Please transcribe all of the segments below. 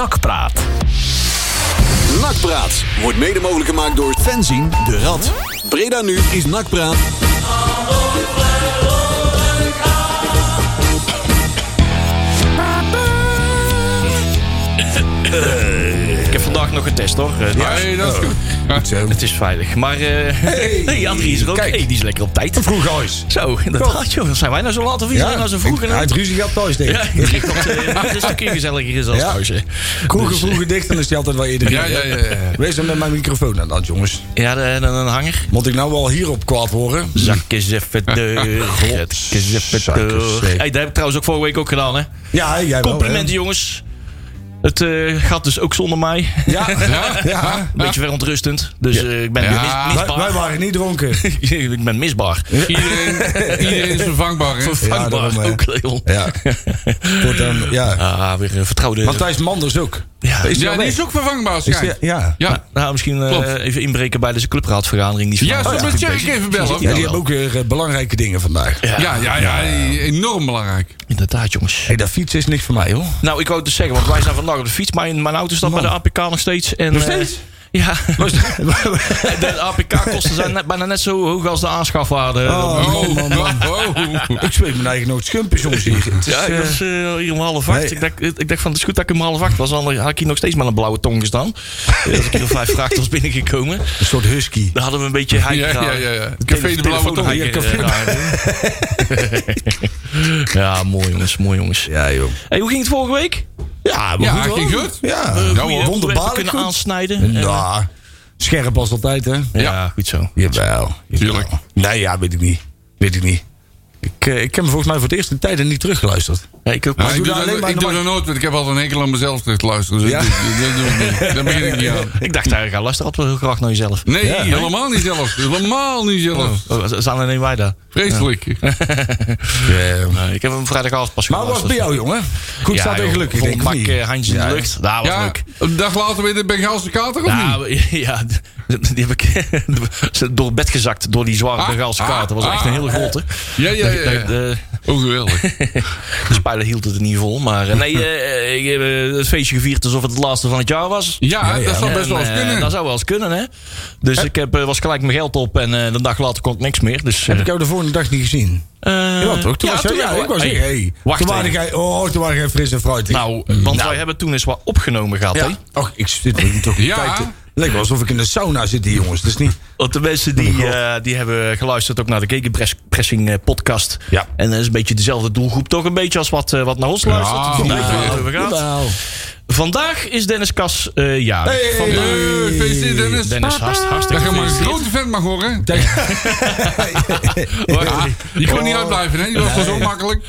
Nakpraat. Nakpraat wordt mede mogelijk gemaakt door Fenzien de Rad. Breda Nu is Nakpraat. Ik heb vandaag nog getest hoor. Eh, Ja, nee, dat is goed. Goed zo. Het is veilig. Maar eh hey, Adrie is er ook. Kijk. Hey, die is lekker op tijd. Vroeg huis. Zo, inderdaad joh. Zijn wij nou zo laat of is hij nou zo vroeg? ik- Hij heeft ruzie gehad thuis, denk Ja, ik. ik denk dat eh, dat het een stukje gezelliger is als Ja. thuis. hè. Kroegen Dus, eh, vroegen dicht, dan is hij altijd wel eerder. Ja, hier, ja, hè? ja, ja. Wees dan met mijn microfoon aan dat, jongens. Ja, dan een, een hanger. Moet ik nou wel hierop kwaad worden? Zak eens even deur. Zak eens even Godzakkers, deur. zeg. Hey, dat heb ik trouwens ook vorige week ook gedaan hè. eh. Oh, Ja, jij wel. hè? Complimenten jongens. Het eh, gaat dus ook zonder mij. Ja, ja. ja. Een beetje verontrustend. Dus eh, ik ben Ja. mis- Wij, wij misbaar. waren niet dronken. ik ben misbaar. Iedereen, iedereen is vervangbaar, hè? Vervangbaar daarom, eh. hè. ook, eh, Leon. Ja. Voortaan, ja. Ah, weer een vertrouwde. Matthijs Manders ook. ja. Is die Ja, al die weg? is ook vervangbaar, Is die- schijnt. ja. Ja, Nou, misschien eh, Klopt. even inbreken bij deze clubraadvergadering. Die ja, is zullen vandaag we natuurlijk Tjerk bezig. even bellen? Ja, Ja, die hebben ook weer eh, belangrijke dingen vandaag. ja, ja, die- enorm belangrijk. Inderdaad, jongens. hey, dat fietsen is niks voor mij, hoor. Nou, ik wou het dus zeggen, want wij zijn vandaag op de fiets. Mijn, mijn auto staat bij de APK nog steeds. En, Nog eh, steeds? ja, de APK-kosten zijn net- bijna net zo hoog als de aanschafwaarde. Oh, man, man, man. Ik zweet mijn eigen nog schumpjes soms hier. Het is, Ja, ik eh, was eh, hier om half acht. nee. Ik, dacht, ik dacht van, het is goed dat ik om half acht was. Anders had ik hier nog steeds met een blauwe tong gestaan. Als ik hier om vijf vraag was binnengekomen. een soort husky. Daar hadden we een beetje hei Ja, ja, ja, ja. Café de Blauwe Tong. Ja, eh, café de- Ja, mooi jongens, mooi jongens. Ja, joh. Hey, hoe ging het vorige week? Ja, maar Ja, goed, ging hoor. goed. Ja, Ja, Goeie hoor. onderwerpen wonderbaarlijk kunnen goed. aansnijden. En, Nou, scherp als altijd, hè? eh, ja, goed zo. Jawel. Tuurlijk. Nee, ja, weet ik niet. Weet ik niet. Ik, eh, ik heb hem volgens mij voor de eerste tijden niet teruggeluisterd. Ja, ik ook. Ja, Maar ik doe doe, daar alleen dat, maar ik doe normaal- dat nooit, want ik heb altijd een enkel aan mezelf terug te luisteren. Dus Ja. dat, dat doe ik niet. Daar begin ik niet aan. Ik dacht eigenlijk, hij luistert altijd wel heel graag naar jezelf. Nee, helemaal niet zelf. Helemaal niet zelf. Oh, zijn alleen wij daar. Vreselijk. Eh, Nee, ik heb hem vrijdagavond pas maar hoe was het bij jou, jongen? Goed Ja, staat en joh, gelukkig, vol denk ik. bak, niet? eh, handjes in de lucht. Daar was Ja, leuk. een dag later weer de Bengaalse kater of niet? Nou, ja, die heb ik door het bed gezakt door die zware Ah, Bengaalse ah, kaart. Dat was echt een ah, hele grote. eh, Ja, ja, ja. De, ja. de, Oh, geweldig. de speler hield het er niet vol. Maar eh, nee, eh, ik heb eh, het feestje gevierd alsof het het laatste van het jaar was. Ja, dat zou En, best wel eens eh, kunnen. dat zou wel eens kunnen, hè? Dus ik heb, eh, was gelijk mijn geld op en eh, de dag later kon ik niks meer. Dus, Heb ik jou de volgende dag niet gezien? Eh, Jawel, toch? Toen was jij- ja, ik was hier. Hey, Wacht toen waren even. jij- oh, toen waren jij fris en fruitig. Nou, want wij hebben toen eens wat opgenomen gehad, hè? ja. Och, ik zit hier toch Ja. ja. kijken. Lijkt wel alsof ik in de sauna zit hier, jongens. Dat is niet... Want de mensen die, eh, die hebben geluisterd ook naar de Gegenpressing eh, podcast. Ja. En dat is een beetje dezelfde doelgroep toch een beetje als wat, eh, wat naar ons luistert. Ja, Dus die nou, weten waar het over gaat. Jawel. Vandaag is Dennis Kas eh jarig. Hey. Vandaag. Eh, Feestje Dennis. Dennis, hartst- Dat hartstikke je maar een gefeliciteerd. grote vent mag horen. Ja. Ah, Oh. Ja, die kon niet uitblijven, hè? Die was wel zo makkelijk.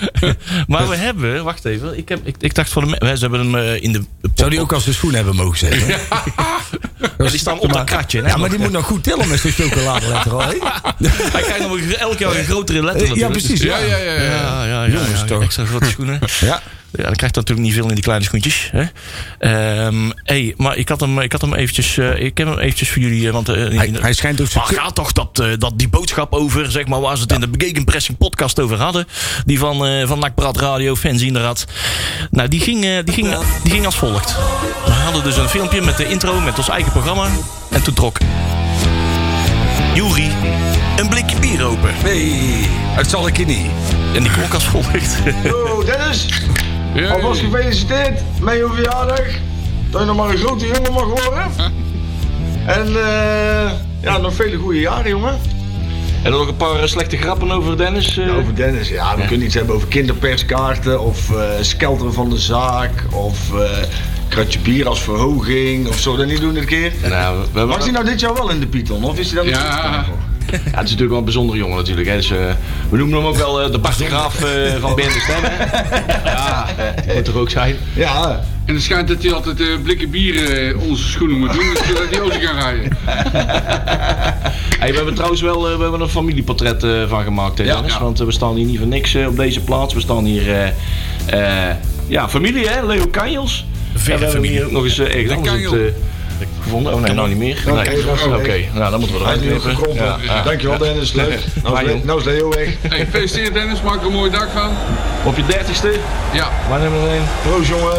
Maar we hebben, wacht even, ik, heb, ik, ik dacht van de, me- we- ze hebben hem eh, in de Zou die ook als zijn schoen hebben mogen zetten? Ja, die staan op dat kratje. hè? Ja, maar die moet nog goed tillen met zijn chocoladeletter al, hè? Hij krijgt nog een- elk jaar een grotere letter. Ja, natuurlijk. precies. Ja, ja, ja. Ja, ja. ja, ja, Eh, Jongens, ja, toch. Extra grote schoenen. Ja. Ja, dan krijgt dat natuurlijk niet veel in die kleine schoentjes. Hè? Ehm, hey, maar ik had hem, ik had hem eventjes, eh, ik heb hem eventjes voor jullie, eh, want eh, Hij, eh, hij schijnt dus ook zijn... Waar gaat toch dat, eh, dat die boodschap over, zeg maar, waar ze het in de Begegen Pressing podcast over hadden. Die van, eh van Nakprat Radio, fans inderdaad. Nou, die ging, eh, die, ging, die ging als volgt. We hadden dus een filmpje met de intro, met ons eigen programma. En toen trok Juri een blikje bier open. Nee, het zal ik je niet. En die klonk als volgt. Yo Dennis, Ja, alvast gefeliciteerd met je verjaardag. Dat je nog maar een grote jongen mag worden. En eh, ja, nog vele goede jaren, jongen. En nog een paar eh, slechte grappen over Dennis. eh. Over Dennis, ja, we kunnen iets hebben over kinderperskaarten of eh skelteren van de zaak of eh kratje bier als verhoging of zo. Dat niet doen dit keer. Nou, we Was hij nou dit jaar wel in de Python of is hij dan? Ja. Ja, het is natuurlijk wel een bijzondere jongen natuurlijk. Hè. Dus, eh, we noemen hem ook wel eh, de Bas de Graaf eh, van Bernd de Stem. Hè. Ja, eh, dat moet toch ook zijn. Ja, En het schijnt dat hij altijd eh, blikken bier eh, onze schoenen moet doen, zodat hij auto kan rijden. Hey, we hebben trouwens wel eh, we hebben een familieportret eh, van gemaakt, hè, Dennis. ja. Want eh, we staan hier niet voor niks eh, op deze plaats. We staan hier... eh, eh, ja, familie hè, Leo Kanjels. En we hebben hier ook nog eens eh ergens De anders op Kanjel. de, ik gevonden. Oh nee, nou niet meer. Oké, Nee. dat is Oké, oké. nou dan moeten we Hij is eruit nu nog knippen. gekrompen. Ja, ja. Dankjewel Dennis, leuk. Nou Maar is Le- joh. nou is Leo weg. Hey, gefeliciteerd Dennis, maak er een mooie dag van. Op je dertigste? Ja, Waar nemen we er een? Proost jongen.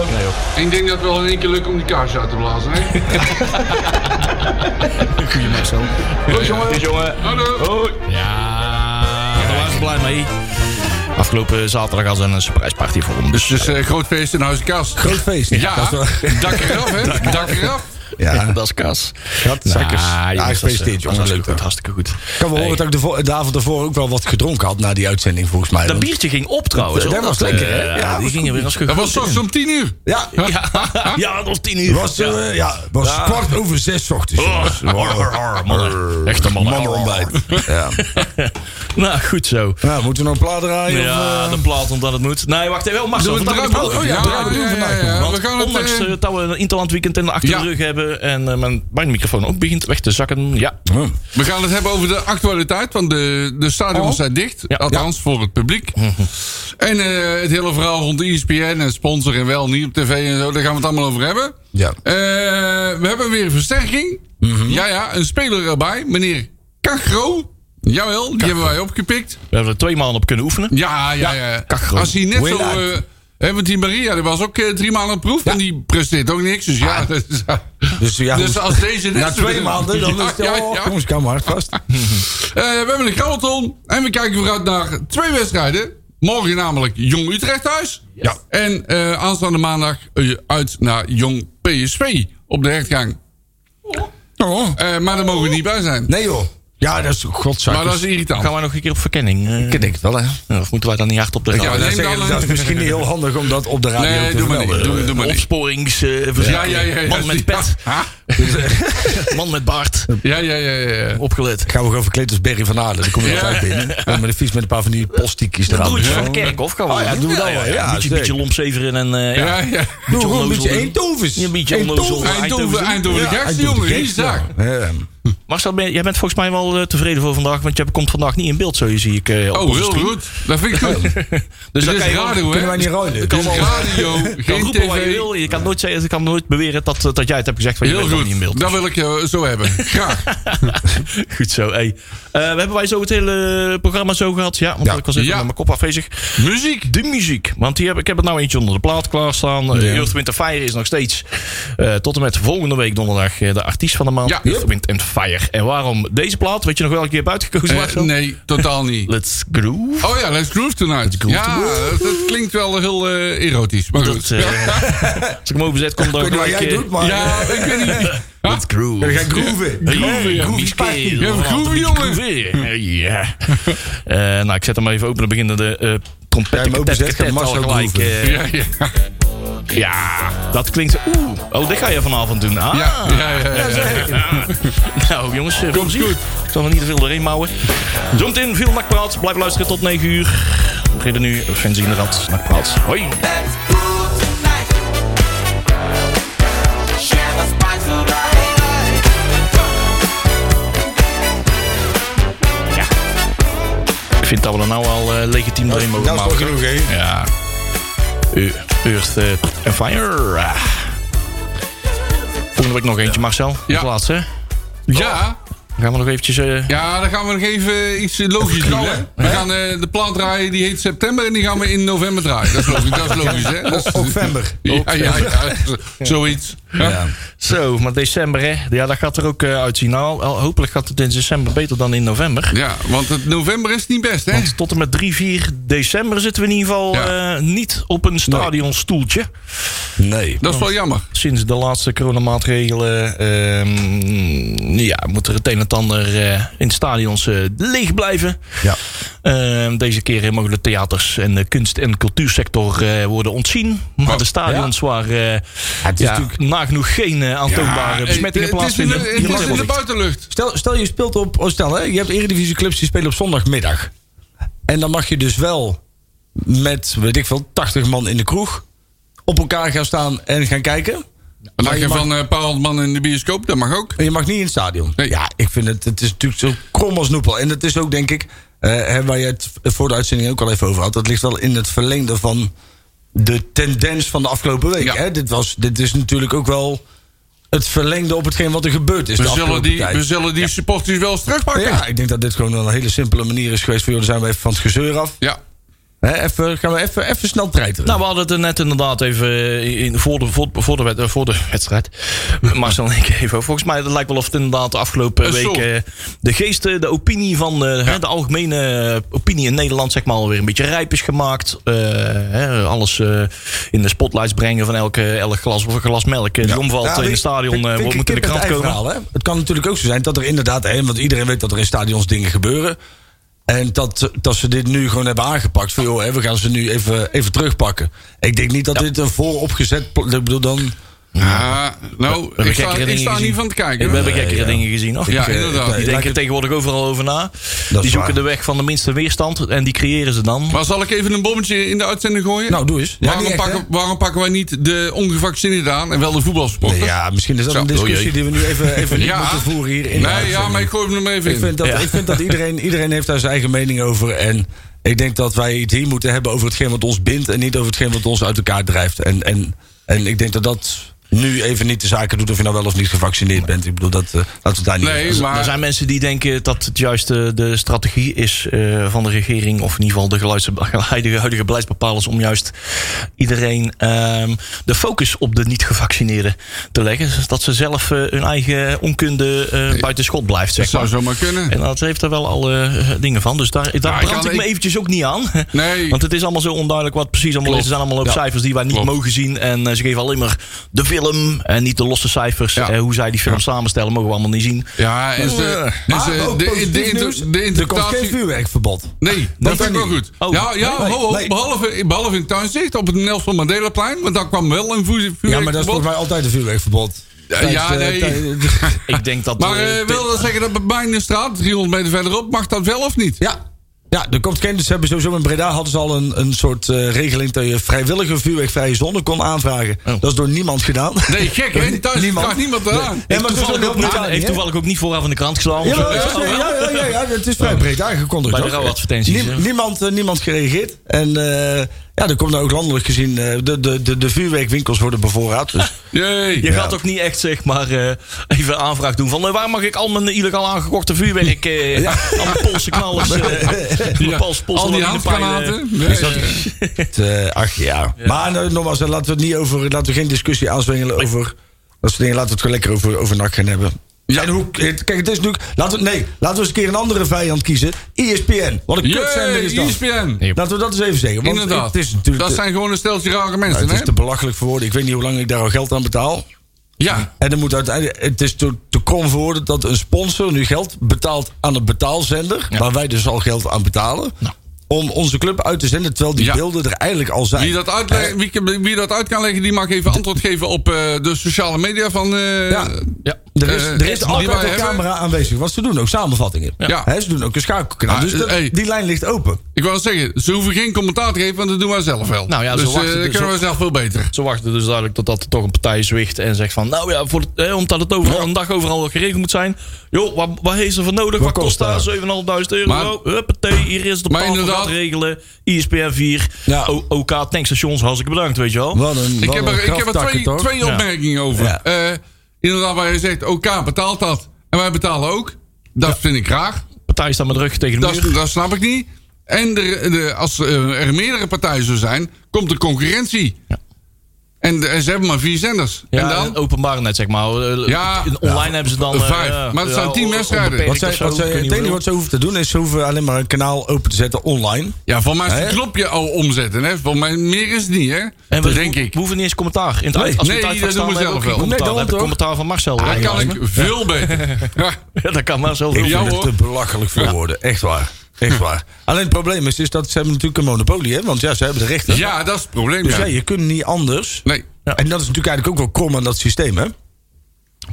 ik denk dat het wel in één keer lukt om die kaars uit te blazen. Hè? Goed jongen. Goed jongen. Hallo. Hoi. Ja, daar waren ze blij mee. Afgelopen zaterdag hadden ze een surprise party voor hem. Dus Dus eh, groot feest in Huis Kaas. Groot feest. Ja, Dat is wel- dak eraf hè, dak eraf. ja. dat is kas. Schatzakkers. Ja, gefeliciteerd, jongen. eh, Hartstikke Leuk, goed, hoor. hartstikke goed. Kan we horen dat ik de, vo- de avond ervoor ook wel wat gedronken had na die uitzending volgens mij. Dat Want- biertje ging op trouwens. Dat hoor. was lekker, hè? eh, Ja, Ja, dat die was gingen weer als Dat gegroeid was s'ochtends in. om tien uur. Ja, Ja, ja, dat was tien uur. was, Ja. eh, ja, was Ja. kwart over zes ochtends. Oh, jongens. Oh. Arr, arr, arr, mannen. Echte mannen. Mannenontbijt. Ja. Nou, goed zo. Nou, moeten we nou een plaat draaien? of, Ja, eh? de plaat omdat het moet. Nee, wacht even. Oh, Marcel, Doen we vertel het eens eruit? wat. Oh, ja, Ja, ja, we doen ja, vandaag ja, ja. We gaan het... Ondanks eh, eh, dat we een interlandweekend in de achter ja. de rug hebben en eh, mijn, mijn microfoon ook begint weg te zakken. Ja, Hm. We gaan het hebben over de actualiteit, want de, de stadions Oh. zijn dicht. Ja. Althans, voor het publiek. en eh, het hele verhaal rond ESPN en sponsor en wel niet op tv en zo, daar gaan we het allemaal over hebben. Ja. Mhm. Eh, we hebben weer een versterking. Ja, ja, een speler erbij, meneer Cagro. Jawel, die hebben wij opgepikt. we hebben er twee maanden op kunnen oefenen. Ja, ja, ja. Cagro. Als hij net zo... Winnaar. eh, hè, want die Maria, die was ook eh, drie maanden op proef. En die presteert ook niks. Dus ja, dat is- Dus, Ah. ja, Dus hoe- als deze net na zo twee weer- maanden, dan Ja, is het ja, oh, ja. jongens, kan maar hard vast. Eh, we hebben een grabbelton en we kijken vooruit naar twee wedstrijden. Morgen namelijk Jong Utrecht thuis. Ja. En eh, aanstaande maandag eh, uit naar Jong PSV op de hertgang. Oh. Eh, maar daar mogen we niet bij zijn. Nee joh. Ja, dus dat is godzakkers. maar dat is irritant. Gaan wij nog een keer op verkenning? eh? Ik denk het wel, hè? Ja, Nou, of moeten wij dan niet hard op de Ja, radio? neem dat, zeggen, dan dat is een- misschien niet heel handig om dat op de radio Nee, te doe maar niet. vermelden. Doe, doe maar niet. Opsporingsverzekering. Ja, ja, ja. ja, eh, Man met pet, Ja, man met baard. ja, ja. ja, ja. Opgelet. Gaan we gewoon verkleed als Berry van Aarden. Dan kom je Ja. altijd binnen. En met een fiets met een paar van die poststiekjes eraan. Broertje van Zo. de Kerkhof gaan we. Oh ja, doen. doen we dat wel, ja, Een beetje, zeker. beetje lompzeveren en eh, ja. ja, ja. Doe gewoon een onnozel beetje doen. Eindhovens. Een beetje onnozel. Eindhoven, Eindhoven de gekste, jongen. Die is daar. Ja. Marcel, ben- jij bent volgens mij wel eh, tevreden voor vandaag, want jij komt vandaag niet in beeld, zo zie ik. eh, op Oh, onze heel stream. goed. Dat vind ik goed. Dus Dit dan is kan je wel- radio, hè? Kunnen wij niet ruilen? Dus Ik Dit kan is wel- radio, Je kan geen roepen wat je tv. wil. Je kan nooit, zeggen, je kan nooit beweren dat, eh, dat jij het hebt gezegd, want je Heel bent nog niet in goed. beeld. Dat wil ik eh, zo hebben. Graag. Goed zo, hey. Eh, hebben wij zo het hele programma zo gehad? Ja, want ik was even Ja. met mijn kop afwezig. Muziek. De muziek. Want die heb, ik heb er nou eentje onder de plaat klaarstaan. Eh, Earth, Wind and Fire is nog steeds eh, tot en met volgende week donderdag eh, de artiest van de maand. Ja. Earth, Wind and Fire. En waarom deze plaat? Weet je nog welke je hebt uitgekozen? Eh, Marcel? nee, totaal niet. Let's Groove. Oh ja, Let's Groove Tonight. ja, dat- dat klinkt wel heel eh, erotisch. Maar goed. Dat, eh, als ik hem overzet, komt dan Ik weet niet wat gelijk, jij eh, doet, maar... ja, ik weet niet. Let's Groove. We gaan groeven. Groeven, ja, groovy Mies party. Keel. Ja, Laat groeven, hem niet jongen. groeven. Eh, Ja. Eh, Nou, ik zet hem even open. Dan beginnen de eh Jij hem trompetten. ook tet- bezet, gaat tet- Marcel al gelijk. groeven. eh, Ja, ja. ja, dat klinkt... Oeh, oh, dit ga je vanavond doen. Ah. Ja, ja, ja, ja. Ah. Nou, jongens, eh, veel Komt plezier. goed. Ik zal er niet te veel doorheen mouwen. Zometeen veel nakpraat. Blijf luisteren tot 9 uur. We beginnen nu. Fancy in de rat. Nakpraat. Hoi. Let's groove tonight. Share the spice of life. Ik vind dat we er nou al eh, legitiem doorheen mogen Dat is wel mouwen. genoeg, hè? Ja. U- Earth eh, and Fire. Ah. Volgende week nog eentje, Marcel. Als Ja. laatste. hè? Ja, Dan gaan we nog eventjes... eh, ja, dan gaan we nog even iets eh, logisch doen. Hè? We gaan eh, de plaat draaien, die heet September. En die gaan we in november draaien. Dat is logisch, dat is logisch hè? Dat is, November. ja, ja, ja, eh, zoiets. Ja. Zo, maar december, hè. Ja, dat gaat er ook eh, uitzien. Nou, al- hopelijk gaat het in december beter dan in november. ja, want het november is niet best, hè? Want tot en met 3, 4 december zitten we in ieder geval Ja. eh, niet op een stadionstoeltje. Nee. Dat is wel jammer. Sinds de laatste coronamaatregelen ehm, ja, moet er het een en het ander eh, in stadions eh, leeg blijven. Ja. Ehm, deze keer mogen de theaters en de kunst- en cultuursector eh, worden ontzien. Maar Oh, de stadions waar eh, het is ja, natuurlijk- nagenoeg geen eh, aantoonbare Ja, besmettingen Eh, het- het is in de- plaatsvinden. Het Hier wordt is in de helemaal buitenlucht. Stel, stel je speelt op. oh, Stel, hè, je hebt eredivisieclubs die spelen op zondagmiddag. En dan mag je dus wel met, weet ik veel, 80 man in de kroeg op elkaar gaan staan en gaan kijken. Een Maar je lachje mag- van eh, een paar honderd man in de bioscoop, dat mag ook. En je mag niet in het stadion. Nee. Ja, ik vind het, het is natuurlijk zo krom als noepel. En het is ook, denk ik, eh, hè, waar je het voor de uitzending ook al even over had. Dat ligt wel in het verlengde van de tendens van de afgelopen week. Ja. Hè? Dit, was, dit is natuurlijk ook wel het verlengde op hetgeen wat er gebeurd is. We de zullen afgelopen die, tijd. we zullen die supporters wel eens terugpakken. Ja, ik denk dat dit gewoon wel een hele simpele manier is geweest. Voor jullie zijn we even van het gezeur af. Ja. Hè, even, gaan we even, even snel treiteren. Nou, we hadden het er net inderdaad even eh, in, voor, de, voor, voor, de, wed- eh, voor de wedstrijd. Marcel en ik even. Volgens mij het lijkt wel of het inderdaad de afgelopen Een soort. week eh, de geest, eh, de opinie van eh, hè, de algemene eh, opinie in Nederland, zeg maar, alweer een beetje rijp is gemaakt. Eh, hè, alles eh, in de spotlights brengen van elke, elk glas of een glas melk. eh, Die omvalt Ja, in vind- het stadion, vind- eh, vind wordt ik moet in de een krant kip-ei komen. verhaal, hè? Het kan natuurlijk ook zo zijn dat er inderdaad, hè, want iedereen weet dat er in stadions dingen gebeuren. En dat, dat ze dit nu gewoon hebben aangepakt. Van joh, hè, we gaan ze nu even, even terugpakken. Ik denk niet dat dit een vooropgezet. pla- Ik bedoel dan. Ja, nou, We hebben ik sta, gekkere ik dingen sta gezien. niet van te kijken. We hebben hoor. gekkere dingen gezien. Och, Ja, ik, eh, inderdaad. Die Nee, denken lijkt het- tegenwoordig overal over na. Die zoeken waar. de weg van de minste weerstand en die creëren ze dan. Maar zal ik even een bommetje in de uitzending gooien? Nou, doe eens. Ja, waarom, niet echt, pakken, waarom pakken wij niet de ongevaccineerden aan en wel de voetbalsporters? hè? ja, misschien is dat Zo, een discussie doei. die we nu even, even niet moeten voeren hier. In de nee, ja, uitzending. maar ik gooi hem er maar even Ik in. vind dat, ik vind dat iedereen, iedereen heeft daar zijn eigen mening over. En ik denk dat wij het hier moeten hebben over hetgeen wat ons bindt. En niet over hetgeen wat ons uit elkaar drijft. En, en, en ik denk dat dat nu even niet de zaken doet of je nou wel of niet gevaccineerd bent. Ik bedoel, dat, eh, laten we het daar niet Nee, over- maar Er zijn mensen die denken dat het juist eh, de strategie is eh, van de regering, of in ieder geval de geluids- huidige, huidige beleidsbepalers, om juist iedereen ehm, de focus op de niet-gevaccineerden te leggen. Zodat ze zelf eh, hun eigen onkunde eh, buiten schot blijft. dat Zeg zou maar. zomaar kunnen. En dat heeft er wel alle eh, dingen van. Dus daar, daar Ja, Nou, ik brand kan- ik me ik- eventjes ook niet aan. Nee. Want het is allemaal zo onduidelijk wat precies allemaal Klopt. is. Er zijn allemaal ook Ja. cijfers die wij niet Klopt. mogen zien. En eh, ze geven alleen maar de film en niet de losse cijfers. Ja. Eh, hoe zij die film samenstellen mogen we allemaal niet zien. Ja, en ze, en Eh, Maar ze- ook eh, dus, de, de, positief de, nieuws, inter- de er komt geen interpretatie... vuurwerkverbod. Nee, dat vind ik wel goed. Oh, ja, ja nee, ho, ho, nee. Behalve, behalve in Tuinzicht op het Nelson Mandelaplein. Want daar kwam wel een vuur. Ja, maar dat is volgens mij altijd een vuurwerkverbod. Tijdens, ja, eh, nee. tijdens- Ik denk dat. Maar eh, eh, wil dat zeggen dat bij mij in de straat, 300 meter verderop, mag dat wel of niet? Ja. Ja, er komt geen. Dus ze hebben sowieso in Breda hadden ze al een, een soort eh, regeling dat je vrijwillige vuurwerkvrije zone kon aanvragen. Oh. Dat is door niemand gedaan. Nee, gek hè? Thuis Niemand. vraagt niemand eraan. Nee. heeft, maar toevallig dat ook is niet, wel heeft niet, hè? toevallig ook niet vooraf in de krant geslaan. Ja, Zo, ja, eh, ja, ja, ja, ja, het is vrij breed aangekondigd. Bij de hoor. rouwadvertenties, Niem- hè? niemand, eh, niemand gereageerd. En eh, ja, er komt nou ook landelijk gezien. eh, de, de, de, de vuurwerkwinkels worden bevoorraad. Dus Jee. Je gaat ook niet echt zeg maar eh, even aanvraag doen van eh, waar mag ik al mijn illegaal aangekochte vuurwerk, eh al mijn Poolse knallers, eh, mijn Poolse- Poolse Al die lawinepijlen, handgranaten. eh, Nee. is dat- het, eh, ach ja. Maar nou, nogmaals, eh, laten we het niet over. Laten we geen discussie aanzwengelen over. Dat soort dingen. Laten we het gewoon lekker over, over NAC gaan hebben. Ja. En hoe, het- kijk, het is natuurlijk. Laten we, nee, laten we eens een keer een andere vijand kiezen. E ESPN. Wat een kutzender is Jee, E dat. ESPN. Laten we dat eens even zeggen. Want Inderdaad. Het is natuurlijk. Dat zijn gewoon een steltje rare mensen, het hè? is te belachelijk voor woorden. Ik weet niet hoe lang ik daar al geld aan betaal. Ja. En dan moet uiteindelijk, het is te, te krom voor woorden dat een sponsor nu geld betaalt aan een betaalzender. Waar wij dus al geld aan betalen. Om onze club uit te zenden. Terwijl die Ja. beelden er eigenlijk al zijn. Wie dat, uitleg- wie, kan- wie dat uit kan leggen, die mag even antwoord geven op eh, de sociale media van... eh, Ja. Ja. Er is, eh, er is die altijd wij een hebben. camera aanwezig. Want ze doen ook samenvattingen. Ja. Hè, ze doen ook een schakelkanaal. Ah, dus dat- hey. die lijn ligt open. Ik wou zeggen, ze hoeven geen commentaar te geven, want dat doen wij zelf wel. Nou ja, zo dus eh, wachten dat dus kunnen wij op- zelf veel beter. Ze wachten dus duidelijk totdat er toch een partij zwicht en zegt van... nou ja, voor, het- eh, omdat het overal een dag overal geregeld moet zijn... joh, wat, wat is er voor nodig? Wat, Wat kost kost daar? dat? 7.500 euro. Huppatee, hier is het op Maar tafel inderdaad- gaat regelen. ISPN 4, Ja. O- OK tankstations, hartstikke bedankt, weet je wel. Wat een, Ik wat heb een er, ik heb er graftakken, twee, toch? twee opmerkingen over. Ja. Eh, inderdaad, waar je zegt, OK betaalt dat. En wij betalen ook. Dat vind ik raar. Partij staat met de rug tegen de Dat, muur. dat snap ik niet. En er- de- als eh, er meerdere partijen zo zijn, komt de concurrentie. En, de- en ze hebben maar vier zenders. Ja, en dan? openbaar net, zeg maar. Eh, Ja. Online hebben ze dan... eh, Vijf. ja, Maar het zijn ja, tien on- wedstrijden. onbeperkt Wat zij, of zo, wat zij, ik weet het niet hoeveel. enige wat ze hoeven te doen is ze hoeven alleen maar een kanaal open te zetten online. Ja, voor mij is het Hè? knopje al omzetten. Hè? Voor mij meer is het niet, hè? En we, dat denk ik. we hoeven niet eens commentaar. In het uit, als we het Nee, dat uitvak doen we staan, hebben zelf we ook geen wel. commentaar. Dan Nee, heb ik daarom commentaar van Marcel. Dat kan Ah, ik veel beter. Ja. Ja, dat kan Marcel. heel Ik Ja, goed. vind het hoor. te belachelijk voor woorden. Echt waar. Echt waar. Alleen het probleem is, is dat ze hebben natuurlijk een monopolie hebben. Want ja, ze hebben de rechten. Ja, dat is het probleem. Dus ja, ja. je kunt niet anders. Nee. En dat is natuurlijk eigenlijk ook wel krom aan dat systeem, hè?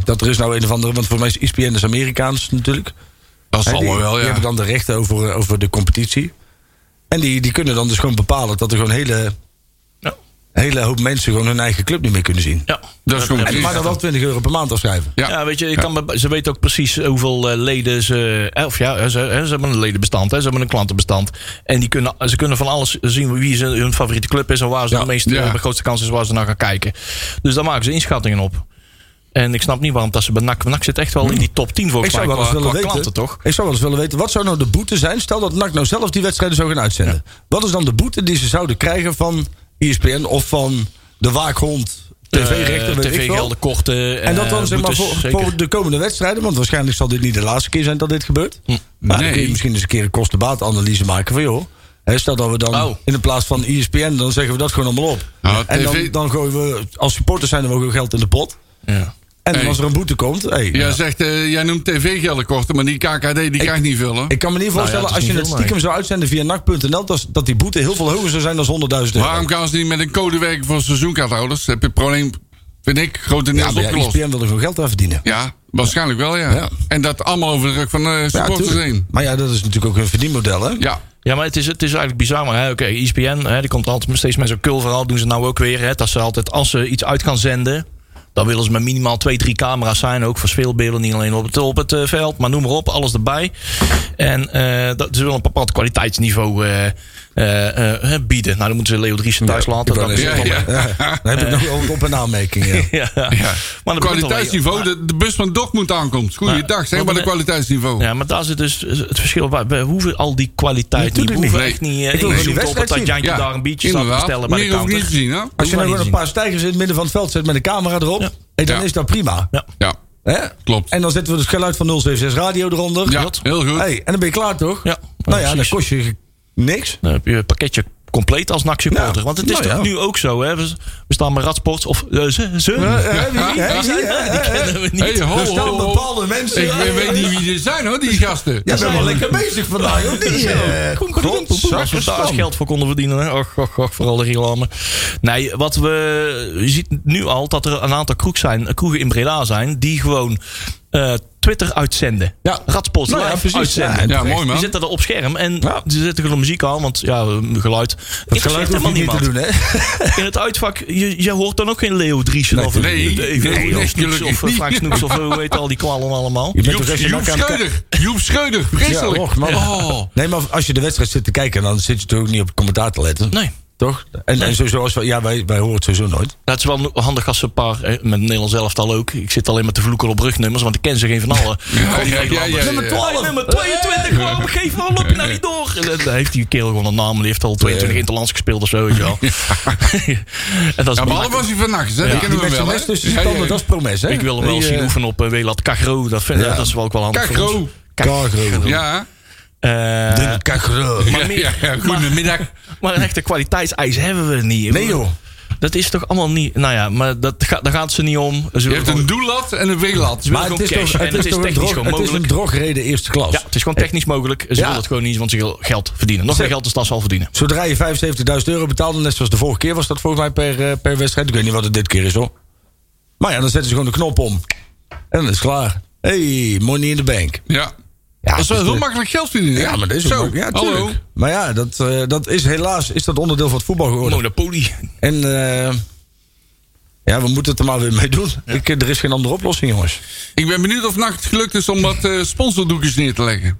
Dat er is nou een of andere... Want voor mij is ESPN dus Amerikaans natuurlijk. Dat Hè, zal die, wel wel, die ja. hebben dan de rechten over, eh, over de competitie. En die, die kunnen dan dus gewoon bepalen dat er gewoon een hele, Ja. hele hoop mensen gewoon hun eigen club niet meer kunnen zien. Ja. Dat is gewoon En, maar dan wel 20 euro per maand afschrijven. Ja. Ja, weet je, je kan, bij- ze weten ook precies hoeveel eh, leden ze... eh, Of ja, ze, hè, ze hebben een ledenbestand, hè, ze hebben een klantenbestand. En die kunnen, ze kunnen van alles zien wie ze, hun favoriete club is... en waar ze Ja, de, meeste, ja. de grootste kans is waar ze naar gaan kijken. Dus daar maken ze inschattingen op. En ik snap niet waarom dat ze bij NAC... NAC zit echt wel in die top 10 Ik volgens zou mij wel eens qua, willen qua weten. klanten, toch? Ik zou wel eens willen weten. Wat zou nou de boete zijn? Stel dat NAC nou zelf die wedstrijden zou gaan uitzenden. Wat is dan de boete die ze zouden krijgen van E ESPN of van de waakhond? TV-rechten, Eh, weet ik wel. TV-gelden Eh, korten. En dat dan zeg maar voor, voor de komende wedstrijden, want waarschijnlijk zal dit niet de laatste keer zijn dat dit gebeurt. Hm. Maar dan kun je Nee. misschien eens een keer een kostenbaatanalyse maken van joh. hè, Stel dat we dan Oh. in de plaats van E ESPN, dan zeggen we dat gewoon allemaal op. Nou, en dan, TV dan gooien we, als supporters zijn er ook geld in de pot. Ja. En Hey. als er een boete komt, hey, Jij, zegt, eh, jij noemt tv-gelden korter, maar die KKD die krijgt niet veel, hè? ik kan me niet voorstellen het is als je niet het veel, stiekem zou uitzenden via nac.nl, dat, dat die boete heel veel hoger zou zijn dan 100.000 euro. Waarom gaan ze niet met een code werken voor seizoenkaarthouders? Heb je het probleem, vind ik, Ja, grotendeels maar ja, opgelost. ESPN wil er gewoon geld aan verdienen. Ja, waarschijnlijk wel, ja. Ja. En dat allemaal over de rug van eh Ja, supporters tuurlijk. heen. maar ja, dat is natuurlijk ook hun verdienmodel, hè? Ja, Ja, maar het is, het is eigenlijk bizar. Maar hè, oké, E ESPN, hè, die komt altijd steeds met zo'n kul verhaal. Doen ze nou ook weer. Hè, dat ze altijd, als ze iets uit gaan zenden. Dan willen ze met minimaal twee, drie camera's zijn. Ook voor speelbeelden, niet alleen op het, op het eh, veld. Maar noem maar op, alles erbij. En eh, dat, ze willen een bepaald kwaliteitsniveau eh, eh, eh, bieden. Nou, dan moeten ze Leo Driessen thuis laten. ik wou Dat net is ja, het ja. allemaal- Daar heb ik nog wel wat op een aanmerking. Ja. ja. Maar dat begint al- Kwaliteitsniveau, de, de bus van Dortmund aankomt. Goeiedag, zeg wat maar de een- kwaliteitsniveau. Ja, maar daar zit dus het verschil. Wij, wij hoeven al die kwaliteit niet. We Natuurlijk hoeven niet. echt niet eh, Ik wil ingezoomd die op wedstrijd het dat zien. Jantje Ja, daar een biertje staat te inderdaad. bestellen bij de Meer hoef ik counter. niet te zien, hè? Als je Doe nou maar gewoon een niet paar stijgers in het midden van het veld zet met een camera erop, Ja. hey, dan Ja. is dat prima. Ja. Ja, Hè? klopt. En dan zetten we het geluid van 076 radio eronder. ja, heel goed. Hey, en dan ben je klaar toch? Ja. Nou ja, dan Precies. kost je niks. Dan heb eh, je een pakketje compleet als NAC supporter. Ja. Want het is Nou toch ja. nu ook zo, hè? We, we staan bij Radsport of eh, ze. ze. Eh, eh, wie- Ja. hè, wie- hè, Die hè, hè. kennen we niet. Hey, ho, Er ho, staan ho. bepaalde mensen. Ik weet- weet niet wie dit zijn, hoor, die gasten. Jij bent wel lekker bezig vandaag, of niet? Eh, Als we daar eens godsakkenspan. geld voor konden verdienen. Hè? Och, och, och, vooral de reclame. Nee, wat we... Je ziet nu al dat er een aantal kroeg zijn, eh, kroegen in Breda zijn... die gewoon eh, Twitter uitzenden. Ja. Radsport Nou ja, live precies. uitzenden. Ja, Ja, mooi, Die man. zitten er op scherm en Ja. ze zetten gewoon muziek aan. Want ja, eh, geluid... Het geluid hoef je niet te doen, hè? In het uitvak, je, je hoort dan ook geen Leo Driesen Nee, of een nee, een- nee, een- nee, of Snoeks gelukkig of een niet. Frank Snoeks of eh, hoe heet al die kwallen allemaal. Je bent Joep, toch even Joep lekker aan het kijken. Scheuder. Joep Scheuder, vreselijk. Ja, och, man. Oh. Nee, maar als je de wedstrijd zit te kijken, dan zit je toch ook niet op het commentaar te letten. Nee. Toch? En, en sowieso, als we, ja, wij, wij horen het sowieso nooit. Dat is wel handig als ze een paar, eh, met Nederlands elftal ook. Ik zit alleen maar te vloeken op rugnummers, want ik ken ze geen van allen. Ja, ja, ja, ja, ja. Nummer 12, nummer 22, waarom geef nou, loop je nou niet door? En dan heeft die kerel gewoon een naam, die heeft al 22 interlands gespeeld of zo. weet je wel. en dat is Ja, behalve makkelijk. was hij vannacht, hè? Ja. Die Die kennen we met zijn wel, hè? les tussen Ja, ja, standen, ja. dat is promes, hè? Ik wil hem wel Die, eh, zien oefenen op eh, Welat Cagro, dat, vind, Ja. dat is wel ook wel handig voor Cagro. ons. Cagro. Ja, Eh, De Cagro. ja, meer- ja, ja, goedemiddag. Maar een echte kwaliteitseis hebben we niet. Nee, joh. Dat is toch allemaal niet... Nou ja, maar dat ga, daar gaat ze niet om. Ze Je willen hebt gewoon- een doellat en een weelat. ze willen Maar het gewoon is, cash toch, en het is toch een technisch drog, gewoon het is een mogelijk. drogreden eerste klas. Ja, het is gewoon technisch mogelijk. Ze willen het gewoon niet, want ze wil geld verdienen. Nog Ze- meer geld is dat ze al verdienen. Zodra je 75.000 euro betaalde, net zoals de vorige keer was dat volgens mij per, eh, per wedstrijd. Ik weet niet wat het dit keer is hoor. Maar ja, dan zetten ze gewoon de knop om. En dan is het klaar. Hey, money in the bank. Ja. dat is dus wel heel de- makkelijk geld verdienen. hè? Ja, maar dat is ook Zo, mooi. Ja, tuurlijk. hallo. Maar ja, dat, eh, dat is helaas is dat onderdeel van het voetbal geworden. Monopolie. En eh, ja, we moeten het er maar weer mee doen. Ik, eh, er is geen andere oplossing, jongens. Ik ben benieuwd of nacht het gelukt is om wat eh, sponsordoekjes neer te leggen.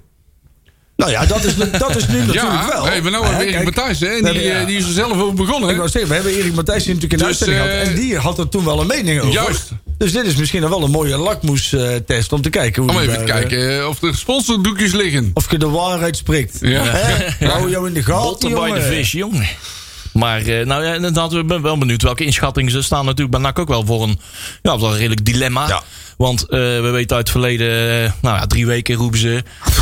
Nou ja, dat is, dat is nu natuurlijk wel. we hebben nou Hè, weer Erik kijk, Matthijs, hè? en we Die, hebben- eh, die is er zelf over begonnen. Ik wou zeggen, we hebben Erik Matthijs hier natuurlijk in de Dus, uitzending gehad. eh, En die had er toen wel een mening over. Juist. Dus dit is misschien nog wel een mooie lakmoes-test om te kijken hoe Om die even te daar, eh, kijken eh, of er sponsordoekjes liggen. Of je de waarheid spreekt. Ja. Hè? Hou jou in de gaten, Botten bij de jongen. vis, jongen. Maar eh, nou ja, inderdaad, ik ben wel benieuwd welke inschattingen ze staan natuurlijk bij NAC ook wel voor een, ja, wel een redelijk dilemma. Ja. Want eh, we weten uit het verleden, eh, nou ja, drie weken roepen ze.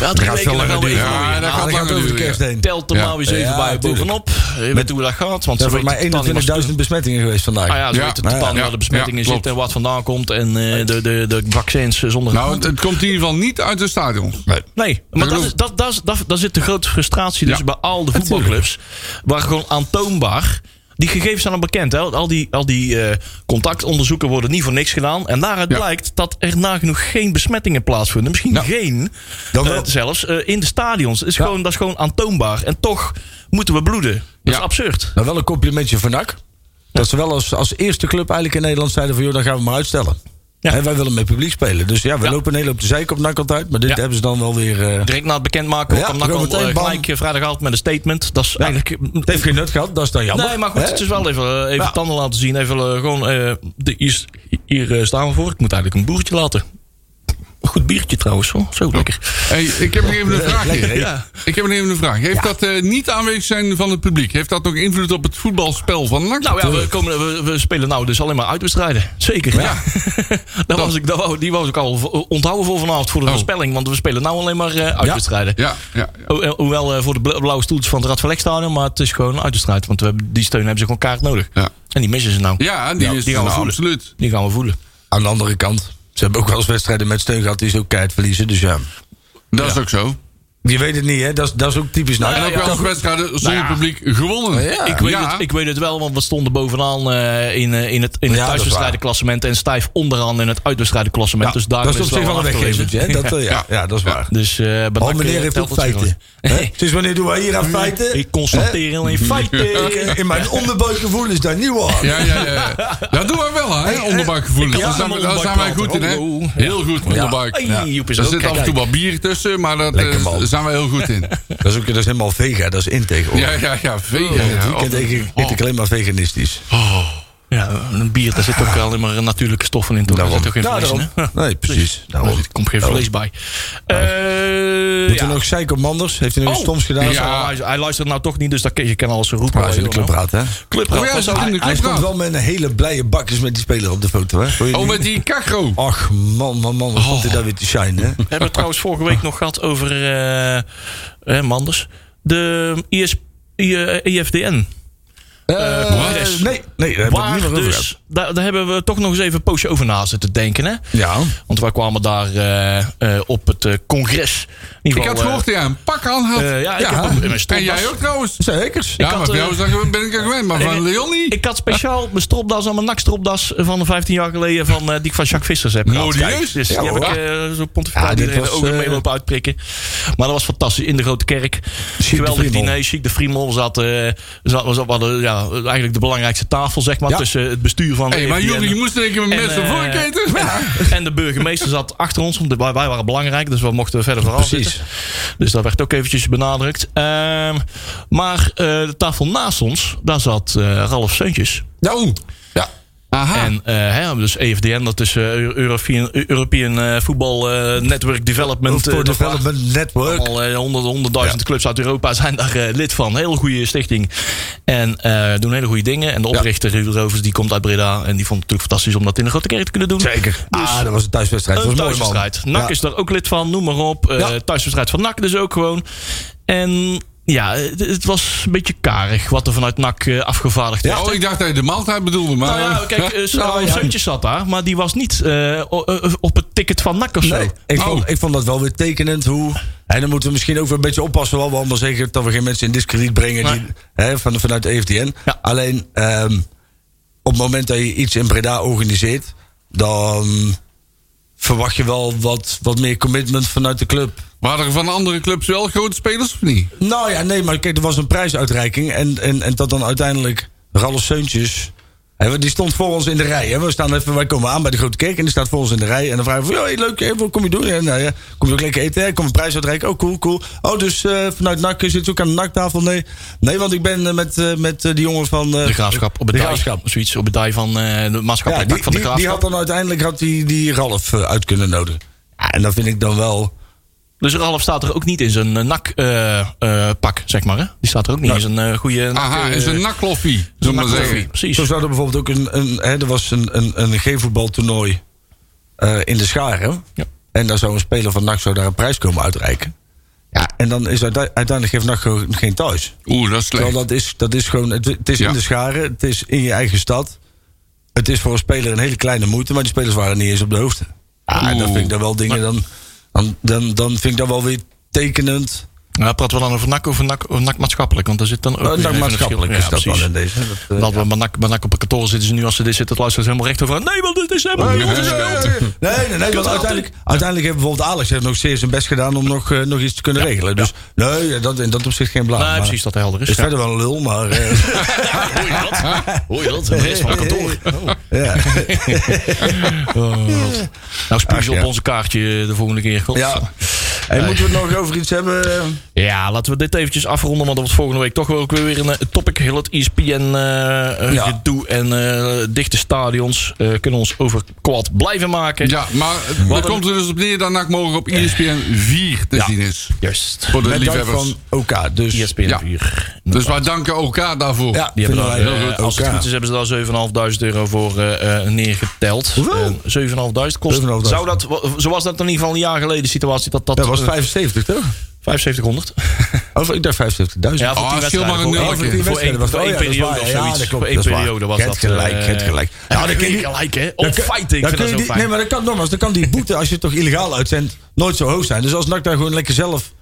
Ja, drie weken gaat veel dan wel langer weer. duren. gooien. Ja, dat Nou, gaat Ah, dan gaat het over de duren, kerst ja. heen. Telt er Ja. maar eens even Ja, bij tuurlijk. bovenop. Je weet hoe dat gaat. Want Er ze zijn weten maar totaal niet waar ze- 21.000 besmettingen geweest vandaag. Ah ja, ze Ja. weten totaal Ja. niet waar de besmettingen Ja, in zitten. klopt. Waar het vandaan komt. En eh, de, de, de vaccins eh, zonder... Nou, het, het komt in ieder geval niet uit de stadion. Nee, maar dat, geloof- is, dat, dat, is- dat, daar zit de grote frustratie dus Ja. bij al de voetbalclubs. Waar gewoon aantoonbaar. Die gegevens zijn al bekend. Hè? Al die, al die eh, contactonderzoeken worden niet voor niks gedaan. En daaruit Ja. Nou, blijkt dat er nagenoeg geen besmettingen plaatsvinden. Misschien geen Dan eh, wel. zelfs eh, in de stadions. Het Is gewoon, dat is gewoon aantoonbaar. En toch moeten we bloeden. Dat is Ja. absurd. Nou, wel een complimentje voor NAC. Dat ze wel als, als eerste club eigenlijk in Nederland zeiden van... joh, dan gaan we maar uitstellen. Ja. En wij willen met publiek spelen. Dus ja, we Ja. lopen een hele hoop de zeik op nakkant uit. Maar dit Ja. hebben ze dan wel weer... eh, Direct na het bekendmaken Ja, kwam NAC gewoon al meteen, eh, bam. gelijk eh, vrijdagavond met een statement. Dat is eigenlijk eh, het heeft geen nut gehad, dat is dan jammer. Nee, maar goed, Hè? het is wel even, eh, even Ja. tanden laten zien. Even eh, gewoon, eh, de, hier, is- hier eh, staan we voor. Ik moet eigenlijk een boertje laten. Goed biertje trouwens, hoor. Zo lekker. Hey, ik heb nog even een vraagje. Ja. Ik heb nog even een vraag. Heeft dat eh, niet aanwezig zijn van het publiek, heeft dat nog invloed op het voetbalspel van NAC? Nou ja, we, komen, we, we spelen nou dus alleen maar uitwedstrijden. Zeker. Ja. dat was ik, dat wou, die was ik al v- onthouden voor vanavond, voor de Oh. voorspelling. Want we spelen nou alleen maar eh, uitwedstrijden. Ja, ja, ja. Ho- eh, hoewel eh, voor de bla- blauwe stoeltjes van het Radverlegstadion, maar het is gewoon een uitwedstrijd. Want we hebben, die steun hebben ze gewoon kaart nodig. Ja. En die missen ze nou. Ja, die is die gaan we nou, voelen. absoluut. Die gaan we voelen. Aan de andere kant, ze hebben ook wel eens wedstrijden met steun gehad die ze ook keihard verliezen. Dus ja, Dat is ook zo. je weet het niet hè, dat is, dat is ook typisch. Nou, En ja, ook wel eens wedstrijden zonder Nou ja. publiek gewonnen. Ja. Ik weet, Ja. het, ik weet het wel, want we stonden bovenaan eh, in, eh, in het, in het Ja, dat is thuiswedstrijdenklassement en stijf onderaan in het uitwedstrijdenklassement. dus daar dat is is op zich wel een weggevertje. hè? Dat, eh, ja, ja, dat is waar. Dus eh, bij Al NAC, eh, Oh, meneer heeft telt ook het verschil feiten. niet. Hè? Sinds wanneer doen wij hier aan feiten? Ik constateer alleen feiten. Ik- eh, In mijn onderbuikgevoel is dat niet waar. Ja, ja, ja. Dat doen we wel, hè? eh, Onderbuikgevoelens. Daar zijn, we- daar zijn wij goed in, hè? Heel goed onderbuik. Hey, Joep is Er ook, zit kijk, af en toe kijk. wat bier tussen, maar daar Lekker, man. zijn wij heel goed in. Oh. Dat, is ook, dat is helemaal vega, dat is in Ja, tegenwoordig. ja, Oh. ja. Veel. In het weekend eet ik, eet ik alleen maar veganistisch. Ja, een bier, daar zit ook alleen maar natuurlijke stoffen in. Toch? Daar Daarom. zit ook geen Ja, vlees in, hè? daarom. Nee, precies. Daar Daarom. komt geen vlees bij. Eh, Moet ja. er nog Seiko Manders? Heeft hij nog iets Oh. stoms gedaan? Ja. Ja, hij- hij luistert nou toch niet, dus dat, kan- je kan alles zo roepen. Maar hij is in de joh, nou. clubraad, hè? Clubraad, Oh dat ja, hij zou- zit in de Hij stond clubraad. wel met een hele blije bakjes met die speler op de foto, hè? Hoor je Oh, die? met die kakro. Ach, man, man, man. Wat stond hij daar weer te shine, hè? We hebben het trouwens vorige week nog gehad over eh, eh, Manders. De IS, I- eh, IFDN. Eh, congres. nee, nee, daar hebben we het Waar niet meer over gehad. dus, daar, daar hebben we toch nog eens even een poosje over na zitten denken. Hè? Ja. Want wij kwamen daar eh, eh, op het eh, congres. In ieder Ik had geval, gehoord dat jij een pak aan had. eh, ja, ik heb hem in mijn stropdas. En jij ook trouwens. Zekers. Ja, had, maar bij eh, jou is dat- ben ik er gewend, maar eh, van eh, Leon niet. ik had speciaal mijn stropdas aan mijn nakstropdas van 15 jaar geleden van, eh, die ik van Jacques Vissers heb gehad. Modieus. Kijk, Dus Ja, die heb hoor. ik eh, zo pontificaal Ja, dit iedereen de was, ogen eh, mee lopen uitprikken. Maar dat was fantastisch in de Grote Kerk. Geweldig Friemel. diner. Chic de Friemel zat, eh, zat, was, hadden, ja, eigenlijk de belangrijkste tafel zeg maar, Ja. tussen het bestuur van de hey, maar EVN jullie moesten denk ik met en, mensen eh, voor een keten. en de burgemeester zat achter ons, want wij wij waren belangrijk, dus we mochten verder vooral Precies. zitten. Dus dat werd ook eventjes benadrukt. Ehm, maar eh, de tafel naast ons, daar zat eh, Ralf Seuntjes. Nou, ja. Ah. Aha. En eh, hè, dus EFDN, dat is eh, European, European eh, Football eh, Network Development. eh, Voor dat waar- Development Network. al eh, honderd- honderdduizend clubs uit Europa zijn daar eh, lid van. Hele goede stichting. En eh, doen hele goede dingen. En de oprichter Ruud Rovers, die komt uit Breda. En die vond het natuurlijk fantastisch om dat in de grote kerk te kunnen doen. Dus Zeker. Ah, dat was een thuiswedstrijd. Dat Een was mooi, man. thuiswedstrijd. NAC Ja. is daar ook lid van, noem maar op. Eh Ja. Thuiswedstrijd van NAC dus ook gewoon. En ja, het, het was een beetje karig wat er vanuit NAC eh, afgevaardigd werd. Oh, ik dacht dat je de maaltijd bedoelde, maar... Nou, Nou ja, kijk, eh, Sarah Seuntjes zat daar, maar die was niet eh, o- eh, op het ticket van NAC of zo. eh, Nee, ik, Oh. vond, ik vond dat wel weer tekenend hoe. En dan moeten we misschien ook weer een beetje oppassen. Wel, we allemaal zeggen dat we geen mensen in discrediet brengen. Die, Nee. hè, van, vanuit de E EFTN. Ja. Alleen ehm, op het moment dat je iets in Breda organiseert. dan verwacht je wel wat, wat meer commitment vanuit de club. Waren er van andere clubs wel grote spelers of niet? Nou ja, nee, maar kijk, er was een prijsuitreiking. En, en, en dat dan uiteindelijk Ralf Seuntjes. hè, want Die stond voor ons in de rij. Hè. We staan even, wij komen aan bij de Grote Kerk en die staat voor ons in de rij. En dan vragen we, van, "Joh, hey, leuk, hè, wat kom je doen? Ja, nou ja, kom je ook lekker eten? Ja, ik kom een prijs uitreiken. Oh, cool, cool. Oh, dus eh, vanuit NAC zit je ook aan de NAC-tafel? Nee, nee want ik ben eh, met, eh, met eh, die jongen van... eh, De graafschap op het de dij. Graafschap. Zoiets op het dij van eh, de Ja, maatschappelijk die, NAC van de die, die graafschap. had dan uiteindelijk had die, die Ralf eh, uit kunnen nodigen. Ja, en dat vind ik dan wel... Dus Ralf staat er ook niet in zijn eh, NAC-pak, zeg maar. Hè? Die staat er ook niet in zijn eh, goede NAC, Aha, eh, is een nakloffie, zullen we maar NAC-trofee. zeggen. Precies. Zo zou er bijvoorbeeld ook een, een hè, er was een, een, een G-voetbaltoernooi eh, in de scharen. Ja. En daar zou een speler van NAC zou daar een prijs komen uitreiken. Ja, en dan is uite- uiteindelijk heeft NAC gewoon geen thuis. Oeh, dat is slecht. Terwijl dat is, dat is gewoon, het, het is Ja. in de scharen, het is in je eigen stad. Het is voor een speler een hele kleine moeite, maar die spelers waren niet eens op de hoogte. Ja, en dan Oeh. vind ik daar wel dingen, dan, dan, dan, dan vind ik dat wel weer tekenend. Nou, praten we dan over NAC of NAC, of NAC maatschappelijk? Want daar zit dan ook weer Uh, even een maatschappelijk verschil. is dat Ja, wel precies. in deze. hè. Dat, eh, Dat we bij NAC, bij NAC op een kantoor zitten ze nu als ze dit zitten te luisteren ze helemaal recht over. Nee, want dit is helemaal niet onze schuld. Nee, nee, nee. Want uiteindelijk, uiteindelijk heeft bijvoorbeeld Alex heeft nog zeer zijn best gedaan om nog, eh, nog iets te kunnen regelen. Dus nee, dat, in dat opzicht geen blaam. Nee, maar- precies dat hij helder is. Is ja. verder wel een lul, maar. eh, Hoor je dat? Hoor je dat? De rest van het kantoor. ja. oh, Nou, spuug je Ach, op ja. onze kaartje eh, de volgende keer. God. ja. Hey, moeten we het nog over iets hebben? eh, Ja, laten we dit eventjes afronden, want dat wordt volgende week toch wel ook weer een eh, topic. Heel het Ja. ESPN-gedoe eh, en eh, dichte stadions eh, kunnen ons over kwaad blijven maken. Ja, maar dan Wat een- komt er dus op neer dat NAC morgen op E ESPN 4 te Ja. zien is. Juist. E Voor de Met dank liefhebbers. van OK. Dus, ESPN Ja. 4. Dus wij danken elkaar daarvoor. Ja, Die hebben vinden Nou, daar, wij eh, heel goed. als het OK. goed is, hebben ze daar 7.500 euro voor eh, eh, neergeteld. Hoeveel? En 7.500 kost. 7.500. Zou dat, wa- zo was dat in ieder geval een jaar geleden de situatie. Dat, dat, Dat was eh, 75, toch? 7500. Of ik dacht 75.000. Ja, voor Ah, tien scheelt wedstrijden. maar oh een Voor- nulletje. voor één- Voor Voor één was voor één periode of zoiets. Voor één periode was dat. Het gelijk, eh, het gelijk. Ja, dat dan kun kun je die- gelijk, hè? dan Of kun- fight, ik dan vind kun dat je zo die- fijn. Nee, maar dat kan nogmaals. Dan kan die boete, als je het toch illegaal uitzendt, nooit zo hoog zijn. Dus als NAC daar gewoon lekker zelf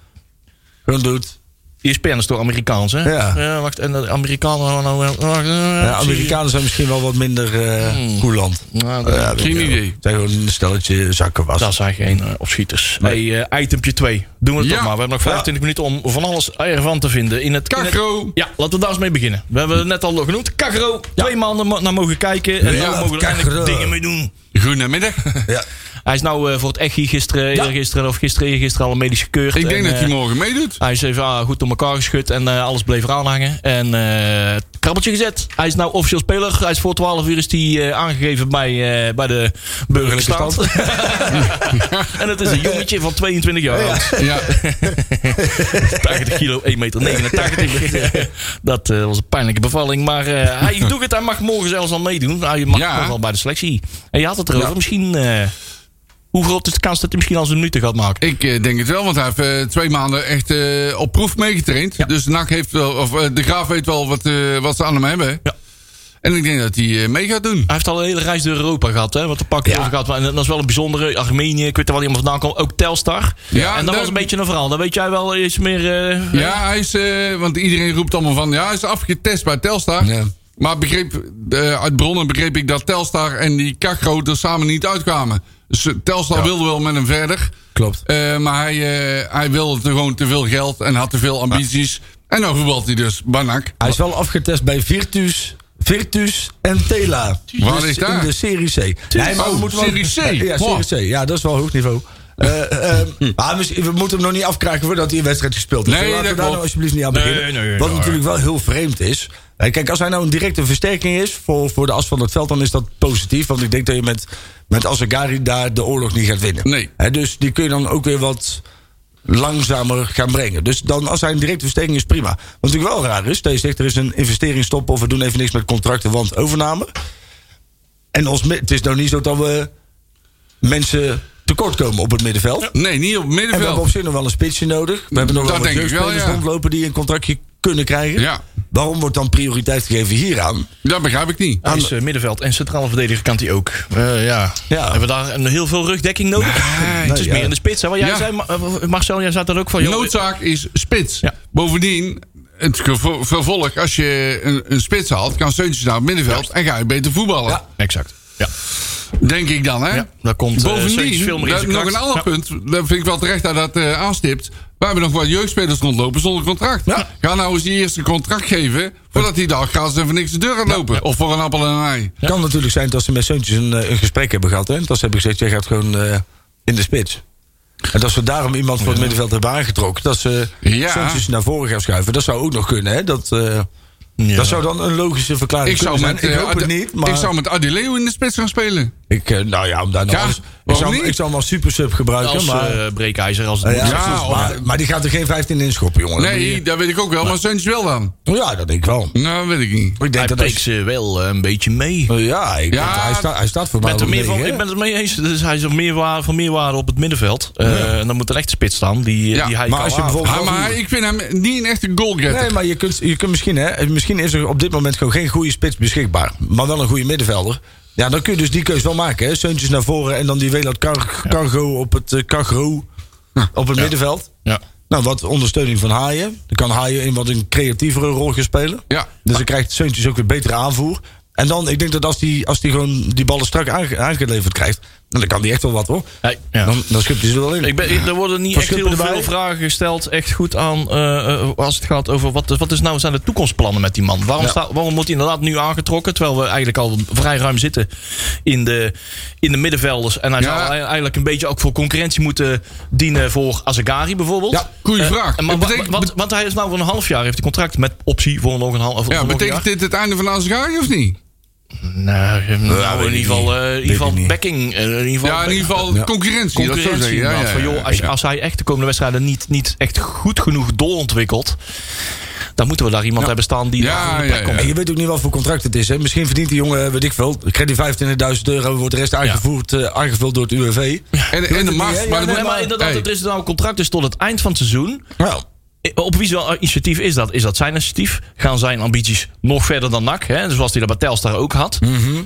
gewoon doet. ESPN is toch Amerikaans, hè? Ja. wacht, en de Amerikanen... nou, nou, nou, nou, Ja, Amerikanen zijn misschien wel wat minder eh coulant. Nou, dat- Ja, weet Hmm. Geen ik wel. idee. Zijn gewoon een stelletje zakken was. Dat zijn geen eh, opschieters. Hey, eh itempje 2. Doen we het Ja. toch maar. We hebben nog 25 minuten om van alles ervan te vinden. In het, in het- Kakro. ja, laten we daar eens mee beginnen. We hebben het net al genoemd. Kakro. Twee maanden mo- naar mogen kijken. En Ja, daar mogen we er Kakro. eindelijk dingen mee doen. Goedemiddag. Ja. Hij is nou eh, voor het echi gisteren, gisteren of gisteren, gisteren al medisch gekeurd. Ik En, denk dat eh, hij morgen meedoet. Hij is even ah, goed door elkaar geschud en eh, alles bleef eraan hangen. En eh krabbeltje gezet. Hij is nou officieel speler. Hij is voor 12 uur is hij eh, aangegeven bij, eh, bij de burgerlijke Burgerlijke stand. en het is een jongetje van 22 jaar oud. Ja. 80 kilo, 1,89 meter. dat eh, was een pijnlijke bevalling. Maar eh, hij doet het. Hij mag morgen zelfs al meedoen. Hij mag Ja. nog wel bij de selectie. En je had het erover. Misschien... eh, hoe groot is de kans dat hij misschien al zijn minuten gaat maken? Ik eh, denk het wel, want hij heeft eh, twee maanden echt eh, op proef meegetraind. Dus NAC heeft wel, of eh, de Graaf weet wel wat, eh, wat ze aan hem hebben. Ja. En ik denk dat hij eh, mee gaat doen. Hij heeft al een hele reis door Europa gehad, hè? Wat de pakken over gehad. En dat is wel een bijzondere. Armenië, ik weet er wel iemand vandaan kwam. Ook Telstar. Ja, en dat de- was een beetje een verhaal. Dan weet jij wel iets meer. eh, Ja, hij is, eh, want iedereen roept allemaal van, ja, hij is afgetest bij Telstar. Ja. Maar begreep, eh, uit bronnen begreep ik dat Telstar en die Kakro er samen niet uitkwamen. Dus eh, Telstar wilde wel met hem verder. Klopt. Eh, maar hij, eh, hij wilde te- gewoon te veel geld en had te veel ambities. En dan voetbalt hij dus bij NAC. Hij is wel afgetest bij Virtus, Virtus en Tela. Waar Dus is daar? In de Serie C. Nee, Oh, we moeten wel- Serie C. Ja, Serie C. Ja, dat is wel hoog niveau. Eh, ehm, maar misschien- we moeten hem nog niet afkraken voordat hij een wedstrijd gespeeld heeft. Nee, Laten dat we daar klopt. nou alsjeblieft niet aan Nee, beginnen. nee, nee, Wat nee. natuurlijk wel heel vreemd is. Eh, Kijk, als hij nou een directe versterking is voor, voor de as van het veld, dan is dat positief. Want ik denk dat je met, met Azagari daar de oorlog niet gaat winnen. Nee. Hè, dus die kun je dan ook weer wat langzamer gaan brengen. Dus dan, als hij een directe versterking is, prima. Wat natuurlijk wel raar is, dat je zegt... er is een investeringsstop of we doen even niks met contracten... want overname. En ons, mi- het is nou niet zo dat we mensen tekortkomen op het middenveld. Nee, niet op het En we hebben middenveld. op zich nog wel een spitsje nodig. We hebben nog Dat wel wat denk ik wel, jeugdspelers ja. rondlopen... die een contractje kunnen krijgen. Ja. Waarom wordt dan prioriteit gegeven hieraan? Dat begrijp ik niet. Hij is eh, middenveld en centrale verdediger kan hij ook. Eh, ja. Ja. Hebben we daar een, heel veel rugdekking nodig? het is nee, meer ja. in de spits. Hè? Wat jij Ja. zei, Ma- eh, Marcel, jij zat er ook van. De joh, noodzaak is spits. Ja. Bovendien, het gevo- vervolg, als je een, een spits haalt, kan Seuntjes naar het middenveld en ga je beter voetballen. Ja. Exact. Ja, Denk ik dan, hè? ja. daar komt eh, Seuntjes Bovendien, veel meer in daar- zijn nog kracht. een ander Ja. punt. Dat vind ik wel terecht dat dat eh, aanstipt. We hebben nog wat jeugdspelers rondlopen zonder contract. Ja. Ga nou eens die eerste contract geven... voordat die dag gaat ze even niks de deur gaan lopen. Of voor een appel en een ei. Het kan natuurlijk zijn dat ze met Zeuntjes een, eh, een gesprek hebben gehad. Hè? Dat ze hebben gezegd, jij gaat gewoon eh, in de spits. En dat ze daarom iemand voor het middenveld hebben aangetrokken. Dat ze Ja. Zeuntjes naar voren gaan schuiven. Dat zou ook nog kunnen. Hè? Dat, eh, Ja. dat zou dan een logische verklaring Ik zou, kunnen zijn. met, eh, ik hoop het Ade- niet, maar... ik Ik zou met Adileo in de spits gaan spelen. eh, nou ja, om daar nog Ja, alles- ik, waarom zou, niet? ik zou hem als supersub gebruiken, Als maar... eh, breekijzer, als het eh, moet. ja, ja, precies, of- maar, maar die gaat er geen 15 inschoppen, jongen. Nee, dat weet ik ook wel, maar Suntjes wel dan. Die- ja, dat denk ik wel. Nou, weet ik niet. Ik denk Hij dat als- peekt ze wel eh, een beetje mee. eh, ja, ik Ja, hij, staat- hij staat voor mij Met er wel meer mee, van, hè? ik ben het mee eens. Dus hij is er meer waar, van meerwaarde op het middenveld. Eh, En dan moet er echt een spits staan. Die, Ja, die hij maar kan als je aan- bijvoorbeeld- Ah, maar ik vind hem niet een echte goalgetter. Nee, maar je kunt, je kunt misschien, hè, misschien is er op dit moment gewoon geen goede spits beschikbaar. Maar wel een goede middenvelder. Ja, dan kun je dus die keus wel maken. Hè. Seuntjes naar voren en dan die Welat Car Cargo op het, eh, Cargo op het middenveld. ja. Nou, wat ondersteuning van Haaien. Dan kan Haaien een wat een creatievere rol gaan spelen. Ja. Dus dan krijgt Seuntjes ook weer betere aanvoer. En dan, ik denk dat als die, als die gewoon die ballen strak aange- aangeleverd krijgt... dan kan die echt wel wat, hoor. Hey, ja. Dan, dan schupt hij ze wel in. Ik ben, ik- er worden niet Van echt heel Schuppen erbij. veel vragen gesteld. Echt goed aan eh, eh, als het gaat over wat, wat is nou zijn de toekomstplannen met die man. Waarom, staat, waarom wordt hij inderdaad nu aangetrokken? Terwijl we eigenlijk al vrij ruim zitten in de, in de middenvelders. En hij Ja. zou ei- eigenlijk een beetje ook voor concurrentie moeten dienen voor Azagari bijvoorbeeld. Ja, goeie Eh, vraag. Maar, Het wa- betekent- want, want hij is nou voor een half jaar heeft hij contract met optie voor nog een half voor nog Ja, een betekent jaar. dit het einde van Azagari of niet? Nee, nou, weet in ik ieder geval, niet. eh, in Weet ieder geval ik niet. backing. eh, in ieder geval Ja, in ieder geval Ja. concurrentie. dat zou concurrentie. ik zeggen. Ja, inderdaad. ja, Van, ja, joh, als, ja. als hij echt de komende wedstrijden niet, niet echt goed genoeg doorontwikkelt, dan moeten we daar iemand hebben staan die Ja, daar op de ja, plek ja. komt. En je weet ook niet wat voor contract het is. Hè? Misschien verdient die jongen, weet ik veel. Ik krijg die 25.000 euro, wordt de rest aangevoerd, eh, aangevuld door het UWV. En, en de macht. hè? Maar, Ja, dat Nee, moet- maar inderdaad, Hey. het is nou een contract is tot het eind van het seizoen. Nou, Eh, Op wie zijn initiatief is dat? Is dat zijn initiatief? Gaan zijn ambities nog verder dan NAC? Hè? Dus Zoals hij dat bij Telstar ook had.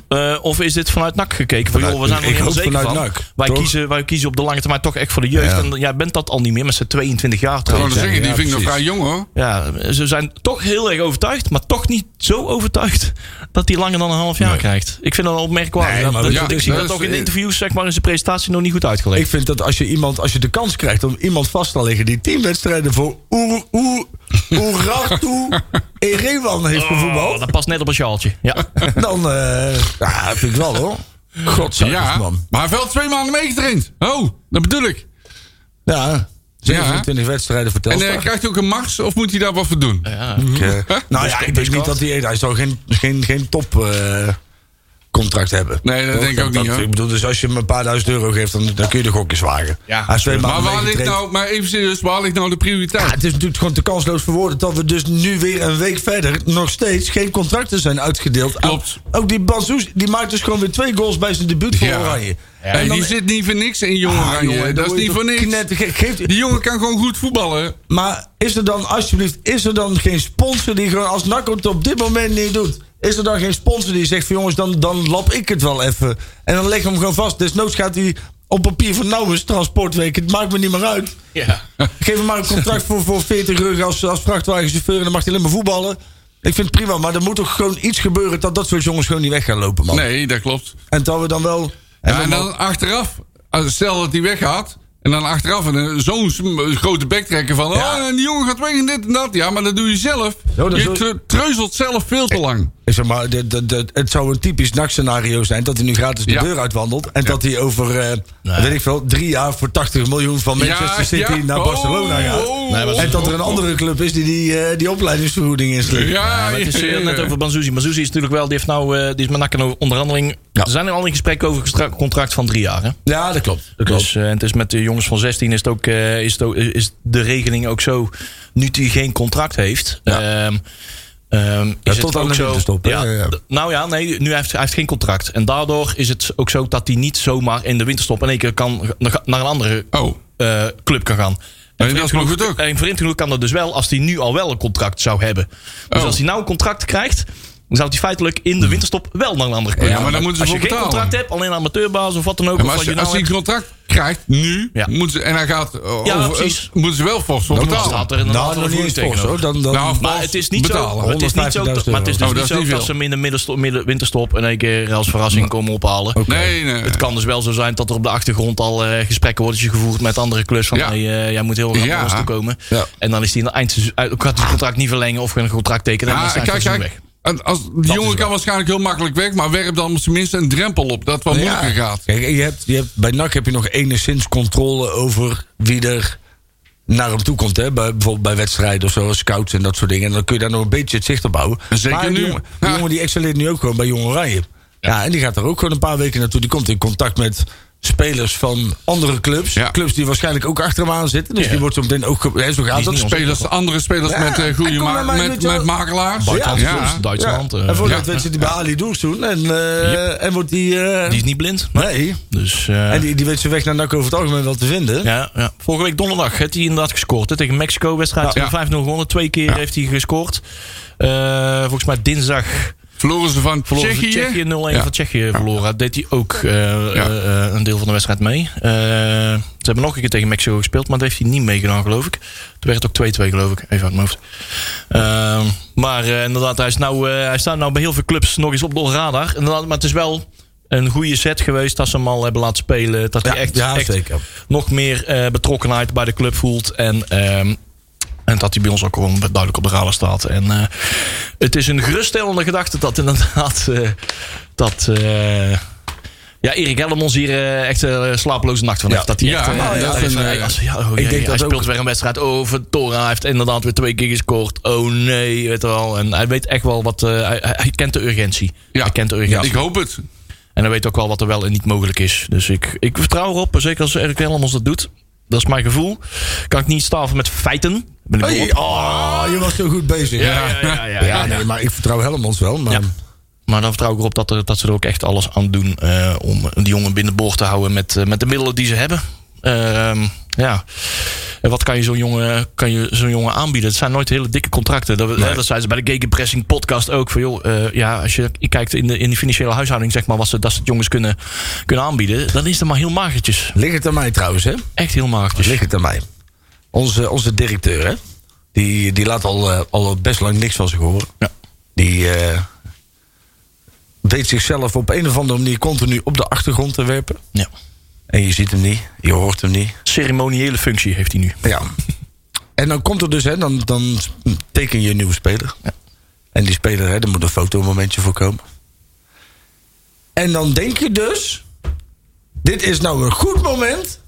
Eh, of is dit vanuit NAC gekeken? Van, Mhm. Vanuit- joh, we zijn er ik heel hoop zeker vanuit van. NAC, wij, toch? kiezen, wij kiezen op de lange termijn toch echt voor de jeugd. Ja. En jij bent dat al niet meer met z'n 22 jaar Ik wou trouwens. dat zeggen, die ja, vind ik nog precies. vrij jong hoor. Ja, ze zijn toch heel erg overtuigd, maar toch niet zo overtuigd dat hij langer dan een half jaar krijgt. Ik vind dat al merkwaardig. Nee, Dat- maar dat- ja, dat ik dat zie is- dat ook in de interviews, zeg maar, in zijn presentatie nog niet goed uitgelegd. ik vind dat als je, iemand, als je de kans krijgt om iemand vast te leggen die 10 wedstrijden voor Oer- Oer- Oerartu Erewan heeft oh, gevoetbald, dat past net op een sjaaltje. Ja. dan eh ja, vind ik wel hoor. Godzijdank, Ja, maar man. hij heeft wel twee maanden meegetraind. Oh, dat bedoel ik. Ja, 27 wedstrijden voor En Telstar. eh, krijgt hij ook een max of moet hij daar wat voor doen? Ik, eh, nou ja, Discord, ik denk niet dat hij... Hij zal geen, geen, geen top... eh, contract hebben. Nee, dat Toch? denk ik ook niet, hoor. Ik bedoel, dus als je hem een paar duizend euro geeft, dan, dan kun je de gokjes wagen. Ja, Hij is twee Maar maanden waar ligt meegetraind. nou, maar even serieus, waar ligt nou de Ja, prioriteit? het is natuurlijk gewoon te kansloos voor woorden dat we dus nu weer een week verder nog steeds geen contracten zijn uitgedeeld. Klopt. Ook die Bansoes, die maakt dus gewoon weer twee goals bij zijn debuut voor Ja. Oranje. Hey, die zit niet voor niks in Jong Ah, Oranje. jongen, dan dat is word je niet voor toch niks. knettergek. Geeft- Die jongen kan gewoon goed voetballen. Maar is er dan, alsjeblieft, is er dan geen sponsor die gewoon als NAC het op dit moment niet doet? Is er dan geen sponsor die zegt van jongens, dan, dan lap ik het wel even. En dan leg ik hem gewoon vast. Desnoods gaat hij op papier van nou is transportweek. Het maakt me niet meer uit. Ja. Geef hem maar een contract voor, voor 40 euro als, als vrachtwagenchauffeur. En dan mag hij alleen maar voetballen. Ik vind het prima, maar er moet toch gewoon iets gebeuren dat dat soort jongens gewoon niet weg gaan lopen, man. Nee, dat klopt. En dat we dan wel. En Ja, en dan- dan achteraf, als- stel dat hij weggaat. En dan achteraf een- een- zo'n sm- grote bek trekken van... Oh, en die jongen gaat weg en dit en dat. Ja, maar dat doe je zelf. dat Eh, je zul- tre- treuzelt zelf veel te lang. Ik zeg maar, de, de, de- het zou een typisch nachtscenario zijn dat hij nu gratis de Ja. deur uitwandelt. En dat hij over, eh, weet ik veel, drie jaar voor 80 miljoen van Manchester City naar Oh, Barcelona gaat. oh, Nee, maar En dat er een andere club is die die, eh, die opleidingsvergoeding inslikt. Ja, Maar het is ja, eh, net ja. over Banzuzi. Banzuzi is natuurlijk wel, die heeft nou, eh, die is met NAC in een onderhandeling. Er zijn er al in gesprek over een gestra- contract van drie jaar. Hè? Ja, dat klopt. Dat klopt. Dus eh, het is met de jongens van 16 is, het ook, eh, is, het ook- is de regeling ook zo. Nu die geen contract heeft. ehm, ehm, is tot het aan ook de zo, winterstop, hè? Ja, Ja, ja. d- Nou ja, nee, nu heeft hij heeft geen contract. En daardoor is het ook zo dat hij niet zomaar in de winterstop in één keer kan, naar een andere Oh. eh, club kan gaan. Nee, En dat is vreemd maar goed ook. En vreemd genoeg kan dat dus wel als hij nu al wel een contract zou hebben. Dus Oh. Hmm. als hij nou een contract krijgt, dan zou hij feitelijk in de winterstop wel naar een andere club Ja, gaan. maar dan moeten ze Als je voor geen betalen. contract hebt, alleen amateurbaas of wat dan ook. Ja, of wat maar als, je je, nou als hij hebt. een contract krijgt, nu, Ja. moet ze, en hij gaat eh, over- precies. eh, moeten ze wel fors voor Dan betalen. staat er inderdaad Nou, wel nog een niet eens voordeel fors, tegenover. hoor. Dan, dan, Nou, Maar het is niet betalen, zo. Het is niet zo. dat- 150.000 Maar het is dus niet euro. Oh, dat is zo niet dat ze veel. hem in de middenstop- midden- winterstop in één keer als Nou. verrassing komen ophalen. Nee, nee. Het kan dus wel zo zijn dat er op de achtergrond al eh, gesprekken worden gevoerd met andere clubs. Van Ja. hey, eh, jij moet heel graag Ja. naar ons toe komen. Ja. En dan is hij in het eindseizoen. eh, Ook gaat hij het contract niet verlengen of een contract tekenen. en Ja, dan is hij kijk, kijk, kijk. weg. en Als, die jongen kan waarschijnlijk heel makkelijk weg, maar werp dan op zijn minst een drempel op. Dat het wat moeilijker gaat. Kijk, je hebt, je hebt, bij NAC heb je nog enigszins controle over wie er naar hem toe komt. Hè? Bij, bijvoorbeeld bij wedstrijden of zo, als scouts en dat soort dingen. En dan kun je daar nog een beetje het zicht op houden. Zeker maar die nu. jongen- die Ja. jongen die excelleert nu ook gewoon bij Jong Oranje. Ja. en die gaat er ook gewoon een paar weken naartoe. Die komt in contact met spelers van andere clubs. Ja. Clubs die waarschijnlijk ook achter hem aan zitten. Dus die wordt zo meteen ook... ge- hè, Zo gaat Die dat. is niet Spelers, andere spelers Ja, met eh, goede en kom ma- maar, met, weet je wel. met makelaars. Buitenland, Ja. soms Duitsland. Ja. eh, En voor Ja. dat weet zit hij bij Ali Doers toen. En, eh, en wordt die... eh, Die is niet blind. nee. Dus, eh, En die, die weet zijn weg naar NAC over het algemeen wel te vinden. Ja, ja. Vorige week donderdag heeft hij inderdaad gescoord. Hè, tegen Mexico wedstrijd Ja. ja. 5-0 gewonnen. Twee keer heeft hij gescoord. Eh, volgens mij dinsdag Verloren ze van Verloren ze Tsjechië. Tsjechië 0-1 Ja. van Tsjechië verloren. Deed hij ook eh, eh, eh, een deel van de wedstrijd mee. Eh, ze hebben nog een keer tegen Mexico gespeeld, maar dat heeft hij niet meegedaan, geloof ik. Toen werd het ook 2-2, geloof ik. Even uit mijn hoofd. Ehm, maar eh, inderdaad, hij, is nou, eh, hij staat nou bij heel veel clubs nog eens op de radar. Inderdaad, maar het is wel een goede set geweest dat ze hem al hebben laten spelen. Dat hij Ja, echt, ja, echt zeker. nog meer eh, betrokkenheid bij de club voelt. En, ehm, en dat hij bij ons ook gewoon duidelijk op de radar staat. En eh, het is een geruststellende gedachte dat inderdaad... eh, dat, eh, ja, Erik Helmons hier eh, echt een slapeloze nacht van heeft. Dat hij Ja, echt... eh, nou ja, dat dat hij is van, een, hey, eh, als- ja, oh, jee, denk hij dat ook. speelt weer een wedstrijd over. Tora Hij heeft inderdaad weer twee keer gescoord. Oh nee, weet je wel. En hij weet echt wel wat... eh, hij, hij- hij kent de urgentie. Ja. Hij kent de urgentie. Ja, ik hoop het. En hij weet ook wel wat er wel en niet mogelijk is. Dus ik, ik vertrouw erop, zeker als Erik Helmers dat doet. Dat is mijn gevoel. Kan ik niet staven met feiten. Ben ik beroerd. Oh, je was zo goed bezig. Ja, ja, ja, ja, ja, ja. nee, maar ik vertrouw Helmonds wel. Maar Ja. Maar dan vertrouw ik erop dat, er, dat ze er ook echt alles aan doen eh, om die jongen binnenboord te houden met, eh, met de middelen die ze hebben. Ehm, ja. En wat kan je zo'n jongen, kan je zo'n jongen aanbieden? Het zijn nooit hele dikke contracten. Dat, we- hè, dat zeiden ze bij de Gegenpressing podcast ook. Van, joh, eh, ja, als je kijkt in de, in de financiële huishouding, zeg maar, wat ze, dat ze het jongens kunnen, kunnen aanbieden, dan is het maar heel magertjes. ligt het aan mij trouwens, hè? Echt heel magertjes. Ligt het aan mij. Onze, onze directeur, hè? Die, die laat al, eh, al best lang niks van zich horen. Ja. Die eh, weet zichzelf op een of andere manier continu op de achtergrond te werpen. Ja. En je ziet hem niet, je hoort hem niet. Ceremoniële functie heeft hij nu. Ja. En dan komt er dus, hè, dan, dan teken je een nieuwe speler. En die speler, hè, daar moet een fotomomentje voor komen. En dan denk je dus, dit is nou een goed moment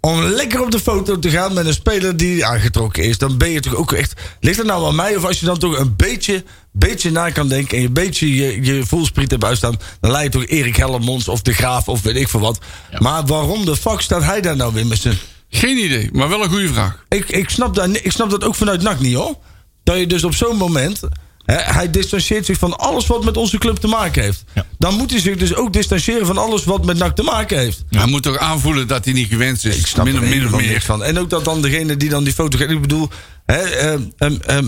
om lekker op de foto te gaan met een speler die aangetrokken is. Dan ben je toch ook echt, ligt het nou aan mij? Of als je dan toch een beetje, beetje na kan denken en je een beetje je, je voelspriet hebt uitstaan, dan lijkt toch Erik Hellemons of De Graaf of weet ik veel wat. Maar waarom de fuck staat hij daar nou weer met zijn Geen idee, maar wel een goede vraag. ik, ik, snap dat, ik snap dat ook vanuit NAC niet hoor. Dat je dus op zo'n moment. Hè, hij distancieert zich van alles wat met onze club te maken heeft. Ja. Dan moet hij zich dus ook distancieren van alles wat met NAC te maken heeft. Hij moet toch aanvoelen dat hij niet gewenst is. Ik snap min er of min of helemaal meer. niks van. En ook dat dan degene die dan die foto gaat. Ik bedoel, hè, ehm, ehm, ehm,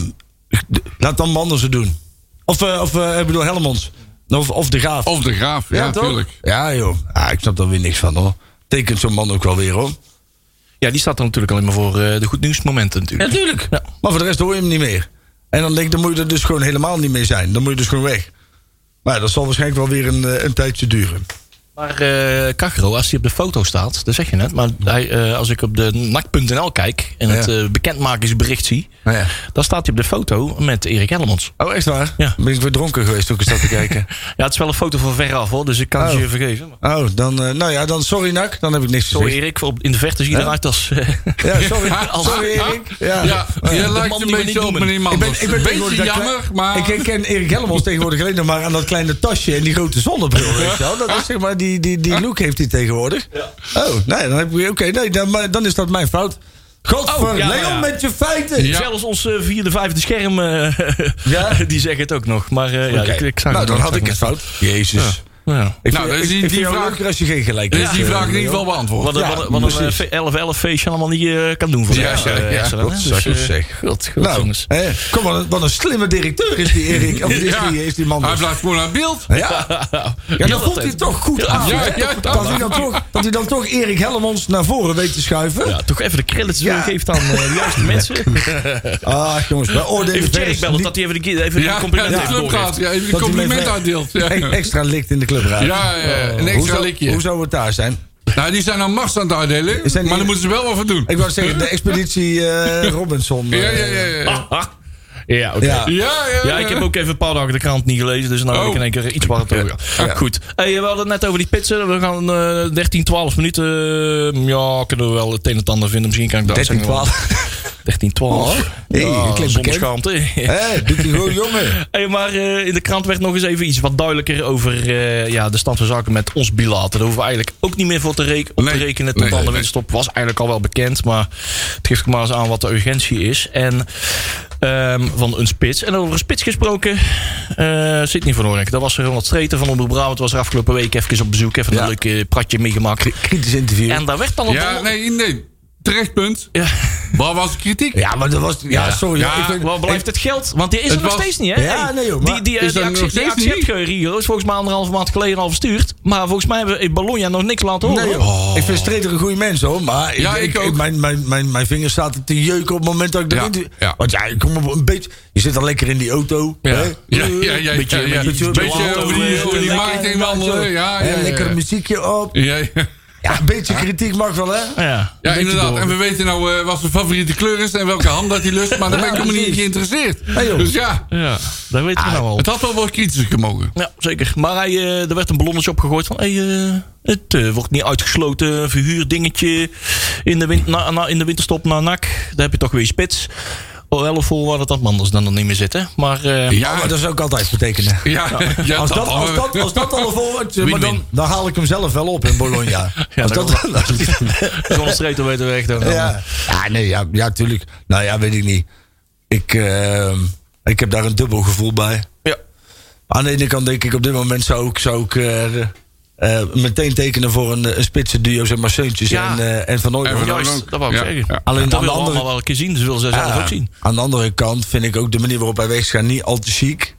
d- laat dan Manders het doen. Of, eh, of eh, ik bedoel, Helmonds. Of, of De Graaf. Of de graaf, Oh, ja, toch? natuurlijk. Ja, joh. Ah, ik snap daar weer niks van hoor. Tekent zo'n man ook wel weer hoor. Ja, die staat er natuurlijk alleen maar voor eh, de goed nieuwsmomenten natuurlijk. Natuurlijk. Maar voor de rest hoor je hem niet meer. En dan denk ik, dan moet je er dus gewoon helemaal niet meer zijn. Dan moet je dus gewoon weg. Maar ja, dat zal waarschijnlijk wel weer een, eh, een tijdje duren. Maar eh Cagro, als hij op de foto staat, dat zeg je net. Maar hij, eh, als ik op de nak.nl kijk en het Ja. eh, bekendmakingsbericht zie, Nou ja. dan staat hij op de foto met Erik Helmonds. Oh, echt waar? Ja. Ben ik weer dronken geweest toen ik zat te kijken. Ja, het is wel een foto van veraf hoor, dus ik kan het Oh. je vergeven. Oh, dan, eh, nou ja, dan sorry Nak, dan heb ik niks Sorry gezegd. Erik, voor op- in de verte zie je Ja. eruit als... eh, Ja, sorry. Als- sorry Erik. Ja. Ja, jij lijkt man een die we niet beetje op noemen. meneer Ik ben, Manders. ik ben beetje tegenwoordig dat klei- jammer, maar... Ik herken Erik Helmons tegenwoordig alleen nog maar aan dat kleine tasje en die grote zonnebril. Weet je wel? Dat is zeg maar, die, die, die look heeft hij tegenwoordig. Oh, nee, dan heb ik weer, oké, nee, dan, maar dan is dat mijn fout. Godver, Oh, ja, Leon ja. met je feiten! Ja. Zelfs ons eh, vierde, vijfde scherm, eh, Ja. die zeggen het ook nog. Maar eh, ja, Oké. ik, ik zag nou, het dan nog, had zag ik het nog. fout. Jezus. Ja. Ik Nou, vind- ik- dus die- ik vind die jou vraag- leuker als je geen gelijk Dus hebt, die eh, vraag in ieder Leo. geval beantwoord. Wat, een- Ja, wat, een- wat een precies. eh, 11-11 feestje allemaal niet eh, kan doen voor Ja, de rest. eh, ja, extra, hè. dat Dus, zou ik eh, zeggen. God, eh, God, Nou, jongens. hè, kom, wat een, wat een slimme directeur is die Erik. Of is, Ja. die, is die man. Hij dus. blijft gewoon aan beeld. Ja, ja dan voelt hij het toch goed aan. ja, hè? ja, dat, hij dan toch, dat hij dan toch Erik Hellemons naar voren weet te schuiven. Ja, toch even de credits Ja. doorgeeft aan eh, de juiste mensen. Ah, jongens, wij oordelen Even verder Jerry bellen, niet- dat hij even de, even de Ja, compliment de heeft club doorgeeft. gaat. Ja, even een dat hij compliment met- uitdeelt. Ja, e- Extra likt in de clubraad. Ja, ja, hoe, een extra zou, hoe likje. zou het daar zijn? Nou, die zijn aan mars aan het uitdelen. Zijn die- Maar daar moeten ze wel wat voor doen. Ik wou zeggen, de expeditie eh, Robinson. Ja, eh, ja, ja. Ja, Aha. Ah. Ja, oké. Ja. ja, ja. Ja, ik heb ook even een paar dagen de krant niet gelezen, dus nou heb ik Oh. in één keer iets waar het over gaat. Ja. Goed. Hey, we hadden het net over die pitsen. We gaan eh 13, 12 minuten. eh, ja, kunnen we wel het een en het ander vinden. Misschien kan ik dat 13, zeggen. 12. 13, 12. Oh, hey, dat zonder klinkt bekend. schaamte. Hé, doet hij gewoon jongen. Hey, maar eh, in de krant werd nog eens even iets wat duidelijker over eh, ja, de stand van zaken met ons bilater. Daar hoeven we eigenlijk ook niet meer voor te reken- op Nee, te rekenen. nee, Tot aan de nee, winststop was eigenlijk al wel bekend. Maar het geeft maar eens aan wat de urgentie is. En ehm, van een spits. En over een spits gesproken, eh Sidney van Hoornik. Dat was Ronald Streten van Omroep Brabant. Was er afgelopen week even op bezoek. Even Ja. een leuk eh, pratje meegemaakt. Kritisch interview. En daar werd dan op Ja, nee, nee. Terecht punt. ja, Waar was de kritiek? Ja, maar dat was... Ja, sorry. Ja, ik denk- Waar blijft het geld? Want die is er Het nog was- steeds niet, hè? Ja, nee, joh, maar- die die, eh, Is die, dat actie- nog die steeds acceptgeuren is volgens mij anderhalve maand geleden al verstuurd. Maar volgens mij hebben we in Bologna nog niks laten horen. Nee, joh. Ik vind Streeter een goede mens hoor. Maar Oh. Ja, ik ook. mijn, mijn, mijn, mijn vingers zaten te jeuken op het moment dat ik Ja, erin... duw- ja. Want ja, ik kom op een beetje... Je zit al lekker in die auto. Ja, hè? ja, ja. ja, Beetje- ja, ja. beetje- Beetje over die- over die Lekker marketing wandelen. Ja, Hè, ja, ja. Lekker muziekje op. Ja, ja. Ja, een beetje kritiek mag wel, hè? Ja. Ja, inderdaad. door. En we weten nou eh, wat zijn favoriete kleur is en welke ham dat hij lust. Maar daar ben ik helemaal niet in geïnteresseerd. joh. dus ja, ja, dat weten we nou al. het had wel wat kritischer mogen. Ja, zeker. Maar hij, eh, er werd een ballonnetje opgegooid van... Hey, eh, het eh, wordt niet uitgesloten, verhuurdingetje in de, win na, na- in de winterstop naar NAC. Daar heb je toch weer spits. Orello vol waar dat dat anders dan er niet meer zitten. Maar eh, Ja, Ja, Oh, maar dat zou ik altijd betekenen. ja, ja, Als dat, al- als dat, als dat al een voorwoord is, maar Win-win. dan, dan haal ik hem zelf wel op in Bologna. Ja, Als dat dat, zonder streeter weten we echt ook nog. ja. ja, nee, ja, ja, tuurlijk. Nou ja, weet ik niet. Ik, ehm, ik heb daar een dubbel gevoel bij. Ja. Aan de ene kant denk ik op dit moment zou ik, zou ik eh, eh, meteen tekenen voor een, eh, een spitsen duo, zeg maar Seuntjes Ja. en, eh, en Van En Ooyen. Van Ja. Ooyen. Juist, dat wou ik Ja, zeggen. ja. Alleen Alleen dat aan willen de we andere- allemaal wel een keer zien. Ze willen ze zelf ook zien. Aan de andere kant vind ik ook de manier waarop hij weegt gaan niet al te chic.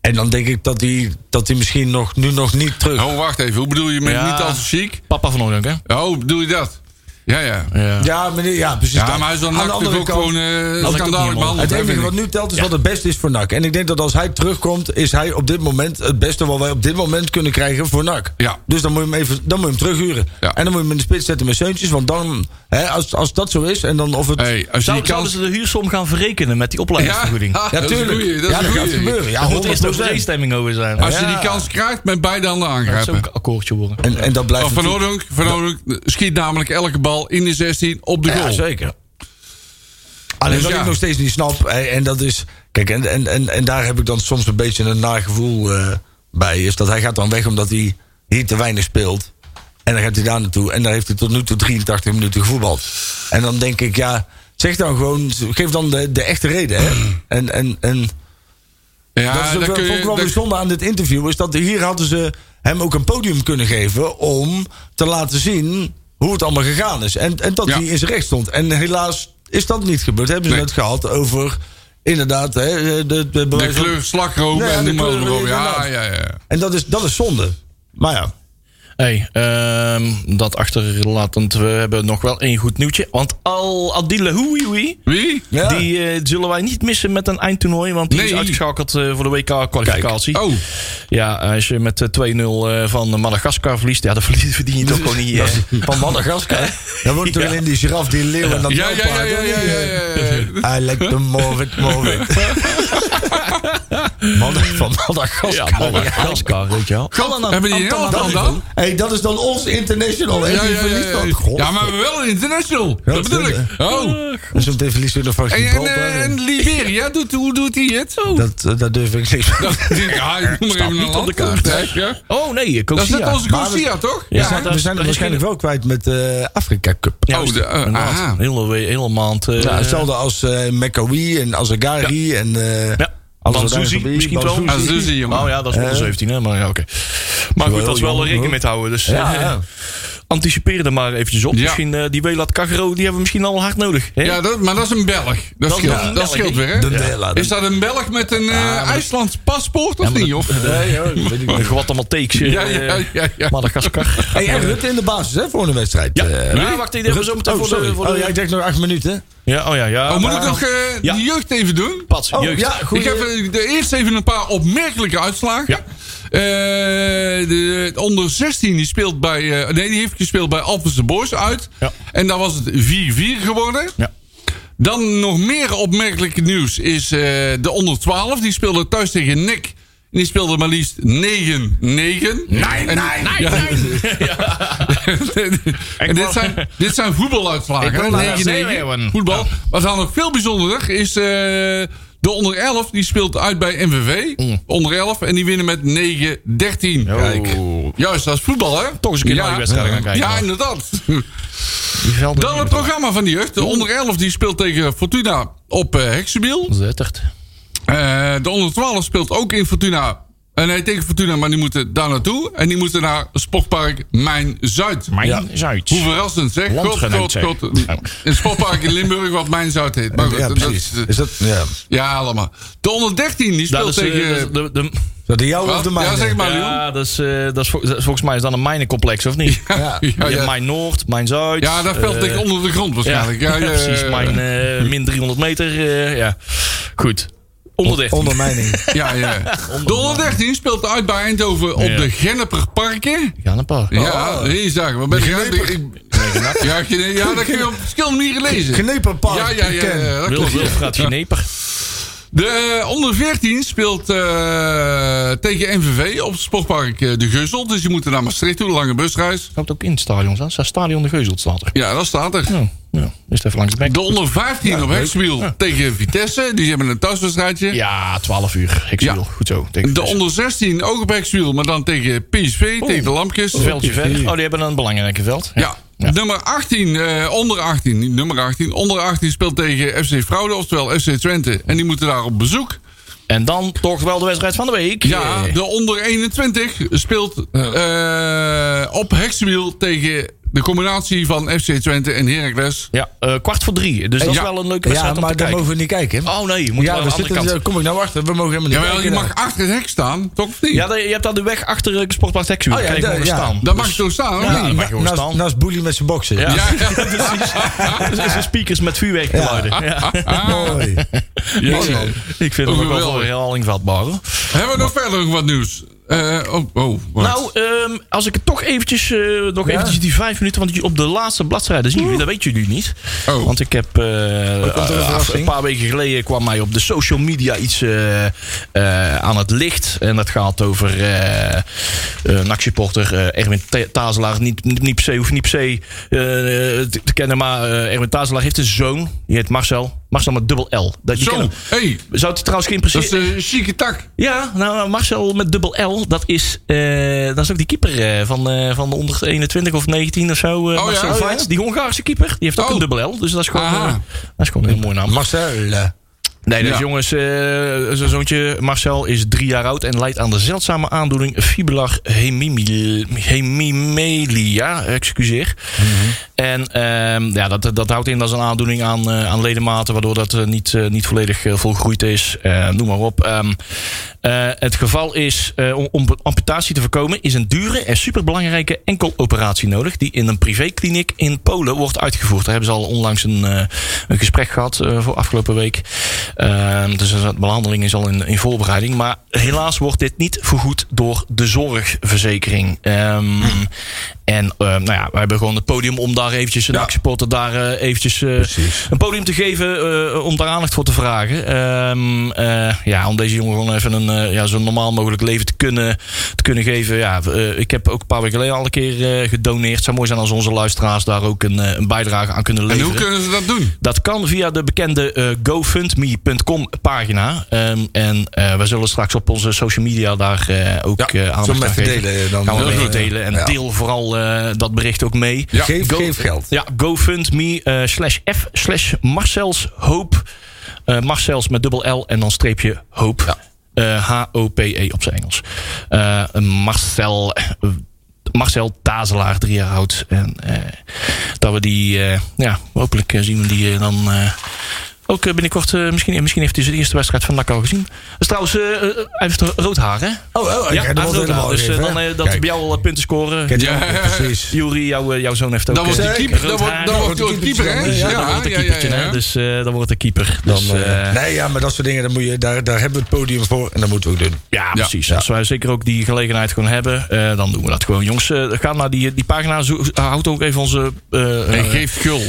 En dan denk ik dat hij dat die misschien nog, nu nog niet terug... Oh, wacht even. Hoe bedoel je met Ja. niet al te chic? Papa van Oordank, hè? Oh, bedoel je dat? Ja, ja. Ja. Ja, meneer, ja precies. Ja, dat. maar hij is dan Aan de natuurlijk andere ook gewoon kant, eh ook niet schandalig helemaal. behandeld. Het hè, enige vind wat ik. nu telt is wat het beste is voor NAC. En ik denk dat als hij terugkomt, is hij op dit moment het beste wat wij op dit moment kunnen krijgen voor NAC. Ja. Dus dan moet je hem, even, dan moet je hem terughuren. Ja. En dan moet je hem in de spits zetten met Seuntjes. Want dan, hè, als, als dat zo is, en dan of het... Hey, als je die Zou, zouden kans... ze de huursom gaan verrekenen met die opleidingsvergoeding? Ja, Oh, ja, Ah, dat is een tuurlijk. goeie, dat ja, is een dat gaat goeie. gebeuren. Ja, Daar moet 100%. eerst een overeenstemming over zijn. Als je Ja. die kans krijgt, met beide handen Dat zou ook aangrijpen. een akkoordje worden. En, en dat blijft Of Oh, Van natuurlijk- Oordonk, Van Oordonk schiet namelijk elke bal in de 16 op de Ja, goal. zeker. Alleen Dus wat ja. ik nog steeds niet snap, hè, en dat is... Kijk, en, en, en, en daar heb ik dan soms een beetje een nagevoel eh, bij. Is dat hij gaat dan weg omdat hij hier te weinig speelt. En dan gaat hij daar naartoe. En daar heeft hij tot nu toe 83 minuten gevoetbald. En dan denk ik, ja, zeg dan gewoon... Geef dan de, de echte reden, hè. En, en, en Ja, dat is ook wel, dan Ah, kun je- vond ik wel dan- bijzonder aan dit interview. Is dat hier hadden ze hem ook een podium kunnen geven. om te laten zien hoe het allemaal gegaan is. En, en dat Ja. hij in zijn recht stond. En helaas is dat niet gebeurd. Hebben ze Nee. het gehad over. inderdaad, hè, de, de, de bewijs van- kleur slagroom Nee, en de noem maar kleur- op. Ja, ja, inderdaad. ja. En dat is, dat is zonde. Maar ja. Hey, ehm, dat achterlatend, we hebben nog wel één goed nieuwtje. Want Al Adile Houiwi, Wie? Ja. die eh, zullen wij niet missen met een eindtoernooi. Want die is Nee. uitgeschakeld eh, voor de WK-kwalificatie. Oh, Ja, als je met eh, 2-0 eh, van Madagaskar verliest, ja, dan verlie- verdien je toch gewoon niet. eh, van Madagaskar. Dan wordt er Ja. alleen die giraf, die leeuw en dat ja, ja, ja, nijlpaard, ja, hè, ja, die, ja, eh, ja, ja. I like the move it, move it. Mad- van Madagaskar. ja, Madagaskar, weet je wel. God, hebben die in Anton Nederland dan? hey, dat is dan ons international. hè? Ja, Die ja, ja, verliest ja. dan. God. Ja, maar wel een international. Dat bedoel ik. Oh. En zometeen verliest u nog van En, en, Gibraltar. eh, en- en Liberia, doet, hoe doet hij het? Dat, eh, dat durf ik niet. Ja, ik noem maar even niet een op de land. kaart. Kijk, ja. Oh nee, Dat is Kosia. net onze Maar we- Corsia, toch? We Ja, zijn, dat we is- zijn er dat is waarschijnlijk wel kwijt met de Afrika Cup. Ja, Oh, de, eh, inderdaad. aha. Hele, we- hele maand. eh, Ja, hetzelfde als eh Mekawi en Azagari en... eh Ja. alles wat Banzuzi daar misschien wel. Banzuzi. Azuzi, jongen. Oh ja, dat is wel de Eh. 17, hè? Maar ja, oké. Maar goed, dat is wel jong, rekening hoor. mee te houden. Dus Ja, eh, ja. anticipeer er maar eventjes op. Ja. Misschien eh, die Welat Cagro, die hebben we misschien al hard nodig. Hè? Ja, dat, maar dat is een Belg. Dat, Dat is scheelt, een dat Belg, scheelt hè? weer, hè? De Dela, de- Is dat een Belg met een eh IJslands paspoort of Oh, niet, joh? Nee, joh, dat weet ik niet. Een gewat allemaal takes. eh, Ja, ja, ja, ja. Madagaskar. Hey, en Rutte in de basis hè, voor de wedstrijd. Ja, eh. ja wacht, die hebben we zo meteen Oh, voor de... sorry. Voor de Oh, ja, ik denk nog acht minuten. ja, oh ja, ja. Oh, moet ik maar- nog eh Ja. de jeugd even doen? Pats, Oh, jeugd. ja, goed. Ik heb eh, de, eerst even een paar opmerkelijke uitslagen. Ja. Eh, de, de onder 16 die speelt bij. eh, nee, die heeft gespeeld bij Alphense de Boys uit. Ja. En daar was het 4-4 geworden. Ja. Dan nog meer opmerkelijk nieuws is eh, de onder 12. Die speelde thuis tegen Nick. En die speelde maar liefst 9-9. Nee, nee, nee, en dit zijn, dit zijn voetbaluitslagen. Ik wil naar hè? 9-9. Zeeuwen. Voetbal. Wat dan nog veel bijzonderder is eh, de onder 11. Die speelt uit bij MVV. Mm. Onder 11. En die winnen met 9-13. Kijk. Juist, dat is voetbal hè? Toch eens een keer naar die wedstrijden gaan kijken. Ja, inderdaad. Die velden- Dan het programma van de jeugd. De onder 11 die speelt tegen Fortuna op eh Heksenbiel. Zettert. Eh, de onder 12 speelt ook in Fortuna En hij tegen Fortuna, maar die moeten daar naartoe. En die moeten naar Sportpark Mijn Zuid. Mijn Zuid. Hoe verrassend zeg. God, Landgenoot, God, zeg. God. Een sportpark in Limburg wat Mijn Zuid heet. Maar goed, Oh. Ja, dat precies. is, eh, Is dat, ja. Is ja, allemaal. De 113 die Dat speelt is, eh, tegen... dat is de, de, dat de jouwe Wat? of de mijne? ja, zeg maar, Leon. ja, dat is, eh, dat is vol- dat is volgens mij is dat een mijnencomplex, of niet? Ja, ja, Je ja. hebt mijn Noord, mijn Zuid. Ja, dat veld eh, ligt onder de grond waarschijnlijk. Ja, ja, ja, precies. ja. Mijn eh, min 300 meter. eh, ja. Goed. Onder 13. Ondermijning. Ja, ja. De 113 speelt uit bij Eindhoven op Ja. Oh. de Genneperparken. Ja, een paar. Ja, hier zag ik. Wat ben ik aan het doen? Ik- Ja, gene- ja, dat kun je op verschillende manieren lezen. Knepenpark. Ja, ja, ja, Ken. ja, dat Wil klopt. Wilfraat Geneper. De eh, onder 14 speelt eh, tegen MVV op het sportpark eh, De Geusel. Dus die moeten naar Maastricht toe, lange busreis. Houdt ook in het stadion staan. Staat Stadion de Geuzelt staat er. Ja, dat staat er. Nou, ja. Is het even langs de bek. De onder 15 op Hexwiel tegen Vitesse. Die hebben een thuiswedstrijdje. Ja, 12 uur. Ik zie Ja. wel. Goed zo. Tegen De dus. onder 16 ook op Hexwiel, maar dan tegen PSV, tegen de Lampjes. Veldje verder. Oh, die hebben een belangrijke veld. Ja. Nummer 18, eh, onder 18, niet nummer 18, onder 18 speelt tegen FC Fraude, oftewel FC Twente. En die moeten daar op bezoek. En dan toch wel de wedstrijd van de week. Ja, Eh, de onder 21 speelt eh, op Heksenwiel tegen de combinatie van FC Twente en Heracles. ja eh, kwart voor drie. Dus dat Ja. is wel een leuke Ja, wedstrijd om maar te daar kijken. mogen we niet kijken. Oh nee, je moet wel aan Ja, we de andere zitten, kant. daar kom ik nou achter. We mogen helemaal niet Jawel, je kijken. mag achter het hek staan, toch of niet? Ja, daar- je hebt daar de weg achter eh, Sportpark Texu. Oh ja, kan je daar- gewoon ja. staan. dat mag je toch staan, of Ja, dat niet? mag je gewoon Nou, naast, staan. naast Boelie met zijn boksen. Ja. Ja, ja, precies. Dat zijn speakers met vuurwerkgeluiden. Ja. Ah, Oh, Mooi. Jezus. man. Ik vind hem ook wel Geweldig. voor herhaling vatbaar. hoor. Hebben we nog verder nog wat nieuws? Eh, oh, oh, wat? Nou, ehm, als ik het toch eventjes, eh, nog eventjes die vijf minuten, want op de laatste bladzijde zien jullie, dat weten jullie niet. Oh. Want ik heb eh, komt er een af- verrassing? een paar weken geleden kwam mij op de social media iets eh, eh, aan het licht. En dat gaat over eh eh NAC-supporter eh, Erwin Te- Tazelaar. Niet, niet, niet per se, hoeft niet per se eh, te te kennen, maar eh, Erwin Tazelaar heeft een zoon. Die heet Marcel. Marcel met dubbel L. Dat, die Zo, kennen we. hey, Zou het trouwens geen dat precies... is een chique tak. Ja, nou, Marcel met dubbel L, dat is, eh, dat is ook die keeper eh, van, eh, van de onder 21 of 19 of zo. eh, ja? Marcel Oh, ja? Feitz, die Hongaarse keeper. Die heeft ook Oh. een dubbel L, dus dat is gewoon, Aha. eh, dat is gewoon een heel mooi naam. Marcel. eh, Nee, dus Ja. jongens, eh, zijn zoontje Marcel is drie jaar oud en lijdt aan de zeldzame aandoening fibular hemimi- hemimelia. Excuseer. En ehm, ja, dat, dat houdt in dat is een aandoening aan, eh, aan ledematen, waardoor dat eh, niet, eh, niet volledig eh, volgroeid is. Eh, noem maar op. Ehm, eh, het geval is, eh, om, om amputatie te voorkomen, is een dure en superbelangrijke enkeloperatie nodig. Die in een privékliniek in Polen wordt uitgevoerd. Daar hebben ze al onlangs een, eh, een gesprek gehad eh, voor afgelopen week. Ehm, dus de behandeling is al in, in voorbereiding. Maar helaas wordt dit niet vergoed door de zorgverzekering. Ehm, En ehm, nou ja, we hebben gewoon het podium om daar eventjes een actieporter daar eh, eventjes eh, een podium te geven eh, om daar aandacht voor te vragen. Ehm, eh, ja, om deze jongen gewoon even een eh, ja, zo normaal mogelijk leven te kunnen, te kunnen geven. Ja, eh, ik heb ook een paar weken geleden al een keer eh, gedoneerd. Het zou mooi zijn als onze luisteraars daar ook een, eh, een bijdrage aan kunnen En leveren. hoe kunnen ze dat doen? Dat kan via de bekende eh, GoFundMe.com pagina. Ehm, en eh, we zullen straks op onze social media daar eh, ook eh aandacht zullen we aan even geven. delen, eh, dan. Gaan we Heel even goed. delen. En Ja. deel vooral eh, dat bericht ook mee. Ja. Geef, Go- geef geld. Ja, GoFundMe eh, slash F slash Marcels Hoop. Eh, Marcels met dubbel L en dan streepje hoop. Eh, H-O-P-E op zijn Engels. Eh, Marcel, eh, Marcel Tazelaar, drie jaar oud. En eh, dat we die, eh, ja, hopelijk eh, zien we die eh, dan... eh, ook eh, binnenkort, eh, misschien, misschien heeft hij zijn eerste wedstrijd van NAC al gezien. Dat is trouwens, eh, eh, hij heeft rood haar, hè? Oh, oh, hij heeft rood haar. Dus eh, dan eh, dat hij bij jou al eh, punten scoren. Ja. precies. Jury, jouw, eh, jouw zoon heeft ook... Dan wordt eh, die zeker. keeper, dan Rood wordt, haar. dan wordt Ah, die wordt de keeper, hè? keeper, dan ja, wordt het een keepertje, hè? Dus eh, dan wordt het een keeper. Dan, Dus, eh, eh, nee, ja, maar dat soort dingen, daar, moet je, daar, daar hebben we het podium voor en dat moeten we ook doen. ja, precies. Als wij zeker ook die gelegenheid gewoon hebben, eh, dan doen we dat gewoon. Jongens, eh, ga naar die, die pagina. Zo, houd ook even onze, eh, En eh, geeft gul.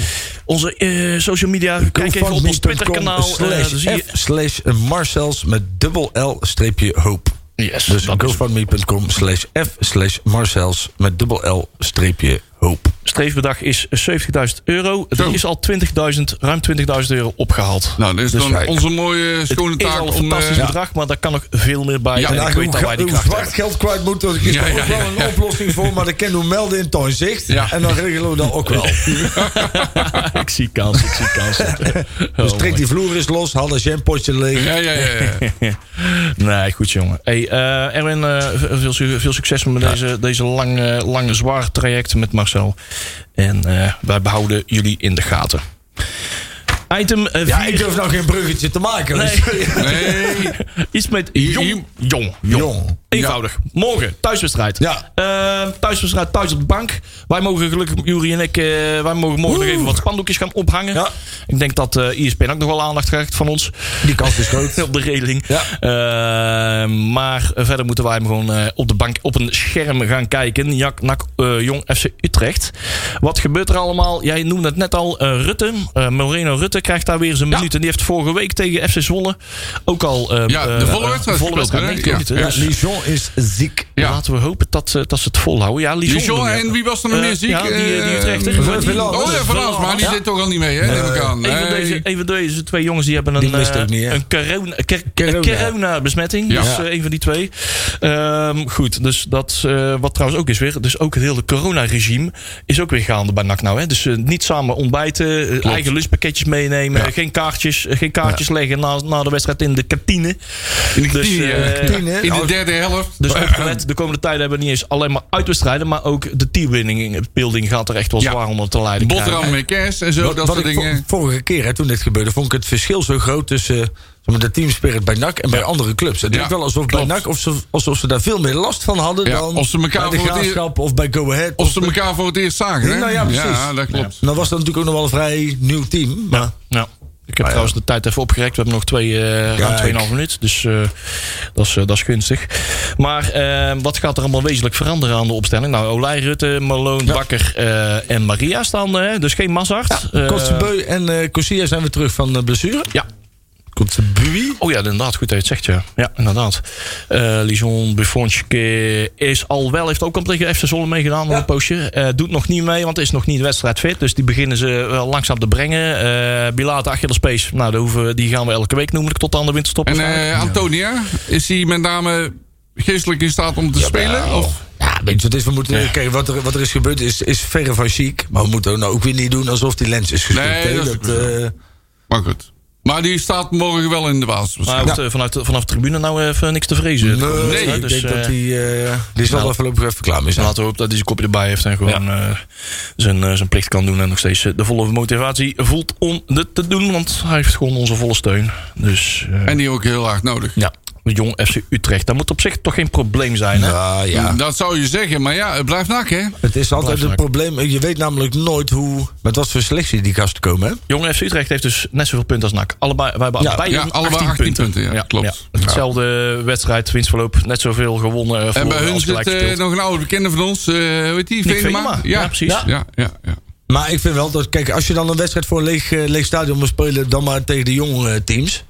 onze eh, social media. Kijk even op ons Twitter-kanaal. eh, dan slash zie je- F slash Marcels met dubbel L streepje hoop. Yes, Dus dat is- gofundme.com slash F slash Marcels met dubbel L streepje hoop. Streefbedrag is 70.000 euro. Zo. Er is al 20.000, ruim 20.000 euro opgehaald. Nou, dat is Dus dan kijk. onze mooie schone Het is taak al een om... eh, fantastisch bedrag, maar daar kan nog veel meer bij. Ja, en ik Vandaag weet dat wij die nou, kracht hoe zwart hebben. geld kwijt moet, dus ik Ja, heb ja, ook wel een ja. oplossing voor, maar dat kunnen we melden in Toonzicht. Ja. En dan regelen we dat ook wel. ik zie kans, ik zie kans. Oh, Dus trek die vloer eens los, haal dat jampotje leeg. Oh, ja, ja, ja, ja. Nee, goed jongen. Hey, eh, Erwin, eh, veel, su- veel succes met deze, deze lange, lange, zware traject met Marcel. En eh, wij behouden jullie in de gaten. Item eh, 4. Ja, ik durf nou geen bruggetje te maken. dus- Nee. Iets met Hier- jong. hier- Jong. Jong. Eenvoudig. Morgen, thuiswedstrijd. Ja. Eh, thuiswedstrijd, thuis op de bank. Wij mogen gelukkig, Jury en ik, eh, wij mogen morgen nog even wat spandoekjes gaan ophangen. Ja. Ik denk dat eh ISPN ook nog wel aandacht krijgt van ons. Die kans is groot. op de regeling. Ja. Eh, maar verder moeten wij hem gewoon eh, op de bank op een scherm gaan kijken. Jak, nak, eh, Jong FC Utrecht. Wat gebeurt er allemaal? Jij noemde het net al. eh, Rutte, eh, Moreno Rutte krijgt daar weer zijn minuut. En die heeft vorige week tegen FC Zwolle ook al... eh, Ja, de eh, volle eh, wedstrijd volle gespeeld, hè? nee, klopt, Ja. hè? Ja, Dus Lijon is ziek. Ja. Laten we hopen dat, ze- dat ze het volhouden. Ja, Lijon. Dijon, noemde je. en wie was er nog Eh, meer ziek? ja, die, eh, die Eh, Utrechter. eh, Van Villas. Oh ja, Van As, maar die Ja. Eh, zit toch al niet mee, hè? Neem ik aan. Een van, Nee. deze, een van deze twee jongens die hebben Die een, mist eh, ook niet, hè? een corona, ker- Corona. corona-besmetting. Ja. Dus eh, een van die twee. Ehm, goed, dus dat, eh, wat trouwens ook is weer. Dus ook het hele corona-regime is ook weer gaande bij NAC nou. Hè? Dus eh, niet samen ontbijten, eh, eigen lunchpakketjes meenemen. Ja. Geen kaartjes, eh, geen kaartjes leggen na, na de wedstrijd in de kantine. In de Dus, knie, eh, eh, kantine, hè? In de derde helft. Dus opgelet, de komende tijd hebben we niet eens alleen maar uitwedstrijden, maar ook de teambuilding gaat er echt wel Ja. zwaar onder te lijden. krijgen. Boterham met kerst en zo, Oh, dat wat soort ik vo- dingen. vorige keer, hè, toen dit gebeurde, vond ik het verschil zo groot tussen eh, zeg maar, de teamspirit bij NAC en bij andere clubs. Het Ja, lijkt wel alsof klopt. bij NAC of ze, alsof ze daar veel meer last van hadden Ja, dan of ze elkaar bij de voor het eer- Graafschap of bij Go Ahead. Of ze bij- elkaar voor het eerst zagen, hè? Nou ja, precies. Ja, dat klopt. Dan was dat natuurlijk ook nog wel een vrij nieuw team. Maar Ja, ja. Ik heb trouwens de tijd even opgerekt. We hebben nog twee, eh Kijk. ruim 2,5 minuten. Dus eh, dat, is, eh, dat is gunstig. Maar eh, wat gaat er allemaal wezenlijk veranderen aan de opstelling? Nou, Olij, Rutte, Malone, Bakker eh, en Maria staan er. hè. Dus geen Mazart. Eh, Kostebeu en eh Corsia zijn weer terug van eh, blessure. ja. Kostebeu. Oh ja, inderdaad. Goed dat je het zegt, ja. Ja, inderdaad. Eh Lijon Buffonske is al wel, heeft ook al tegen FC Zwolle meegedaan al een poosje. Eh, doet nog niet mee, want is nog niet wedstrijdfit. Dus die beginnen ze wel langzaam te brengen. Eh Bilate, Achillespees, nou, die, hoeven, die gaan we elke week noemen tot aan de winterstop. En waarschijnlijk. eh, Antonia, is hij met name geestelijk in staat om te spelen? Of? Ja, weet je wat is? We moeten, Kijk, wat er, wat er is gebeurd is, is verre van chic. Maar we moeten ook nou ook weer niet doen alsof die lens is geschikt. Nee, hè. dat is ook weer eh, Maar goed. Maar die staat morgen wel in de basis. Maar waarschijnlijk. hij hoeft, eh, vanuit, vanaf de tribune nou even niks te vrezen. Nee, Dus, ik dus, denk eh, dat die, eh, die zal nou, wel voorlopig even klaar mee En zijn. laten we hopen dat hij zijn kopje erbij heeft en gewoon eh, zijn, eh, zijn plicht kan doen. En nog steeds eh, de volle motivatie voelt om dit te doen. Want hij heeft gewoon onze volle steun. Dus eh, En die ook heel hard nodig. ja, jong FC Utrecht. Dat moet op zich toch geen probleem zijn. Hè? Ja, ja. Dat zou je zeggen, maar ja, het blijft nak, hè? Het is altijd Blijf een probleem. Je weet namelijk nooit hoe, met wat voor selectie die gasten komen. Hè? Jong FC Utrecht heeft dus net zoveel punten als NAC. Allebei, wij hebben Ja, beide ja, allebei 18 punten, ja, klopt. Hetzelfde wedstrijd, winstverloop, net zoveel gewonnen. eh, En verloren bij hun als zit gelijk eh, gespeeld. nog een oude bekende van ons. eh hoe heet die? Nick Venema? Venema. Ja, precies. Ja, ja, ja. Maar ik vind wel dat, kijk, als je dan een wedstrijd voor een leeg, eh, leeg stadion moet spelen, dan maar tegen de jonge eh, teams.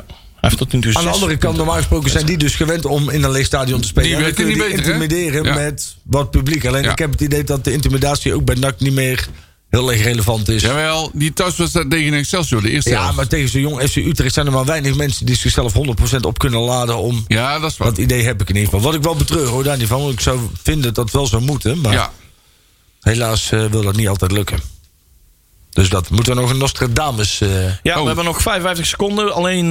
Ja, hij heeft tot nu toe Aan de zes andere kant, normaal gesproken zijn die dus gewend om in een leeg stadion te spelen. Die En dan weten kun je niet beter, hè? intimideren Ja. met wat publiek. Alleen Ja. ik heb het idee dat de intimidatie ook bij NAC niet meer heel erg relevant is. Ja, Jawel, die thuiswedstrijd tegen Excelsior, de eerste helft. maar tegen zo'n jong FC Utrecht zijn er maar weinig mensen die zichzelf 100% op kunnen laden om Ja, dat is waar. Dat idee heb ik in ieder geval. Wat ik wel betreur hoor, daar niet van. Want ik zou vinden dat het wel zou moeten. Maar Ja. helaas eh, wil dat niet altijd lukken. Dus dat moeten we nog een Nostradamus. eh Ja, Oh. we hebben nog 55 seconden. Alleen eh,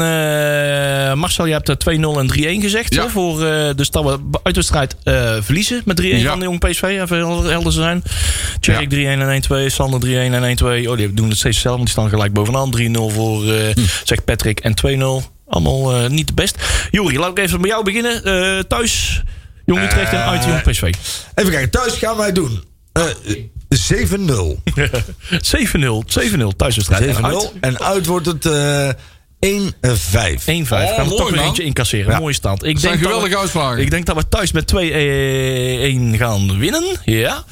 Marcel, je hebt eh, 2-0 en 3-1 gezegd. Ja. Hè, voor, eh, dus dat we b- uit de strijd eh, verliezen met 3-1 Ja. van de jong PSV. Even helder helder zijn. Tjerk 3-1 en 1-2. Sander 3-1 en 1-2. Oh, die doen het steeds zelf. Die staan gelijk bovenaan. 3-0 voor eh Hm. zegt Patrick en 2-0. Allemaal eh, niet best. Jori, laat ik even bij jou beginnen. Eh, thuis Jong Utrecht en Eh. uit Jong PSV. Even kijken, thuis gaan wij doen. Eh, 7-0. 7-0. 7-0 thuis de strijd. 7-0. En uit wordt het eh 1-5. 1-5. Gaan we Oh, mooi, toch weer man. eentje incasseren. Ja. Mooie stand. Ik Dat zijn denk dat geweldige we- uitslagen. Ik denk dat we thuis met 2-1 gaan winnen. Ja.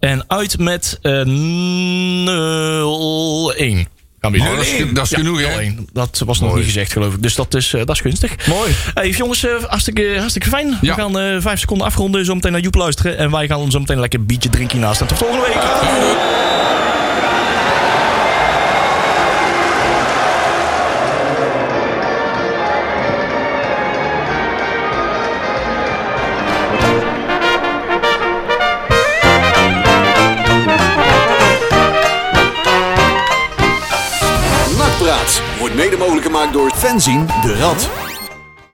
En uit met eh, 0-1. binnen. dat is ge- dat is genoeg, hè? alleen. Dat was nog niet gezegd, geloof ik. Dus dat is, eh, dat is gunstig. Mooi. Hey, jongens, eh, hartstikke, hartstikke fijn. Ja. We gaan eh, vijf seconden afronden. Zometeen naar Joep luisteren. En wij gaan zo meteen lekker een biertje drinken naast. En tot volgende week. Nakpraat wordt mede mogelijk gemaakt door fanzine de Rad.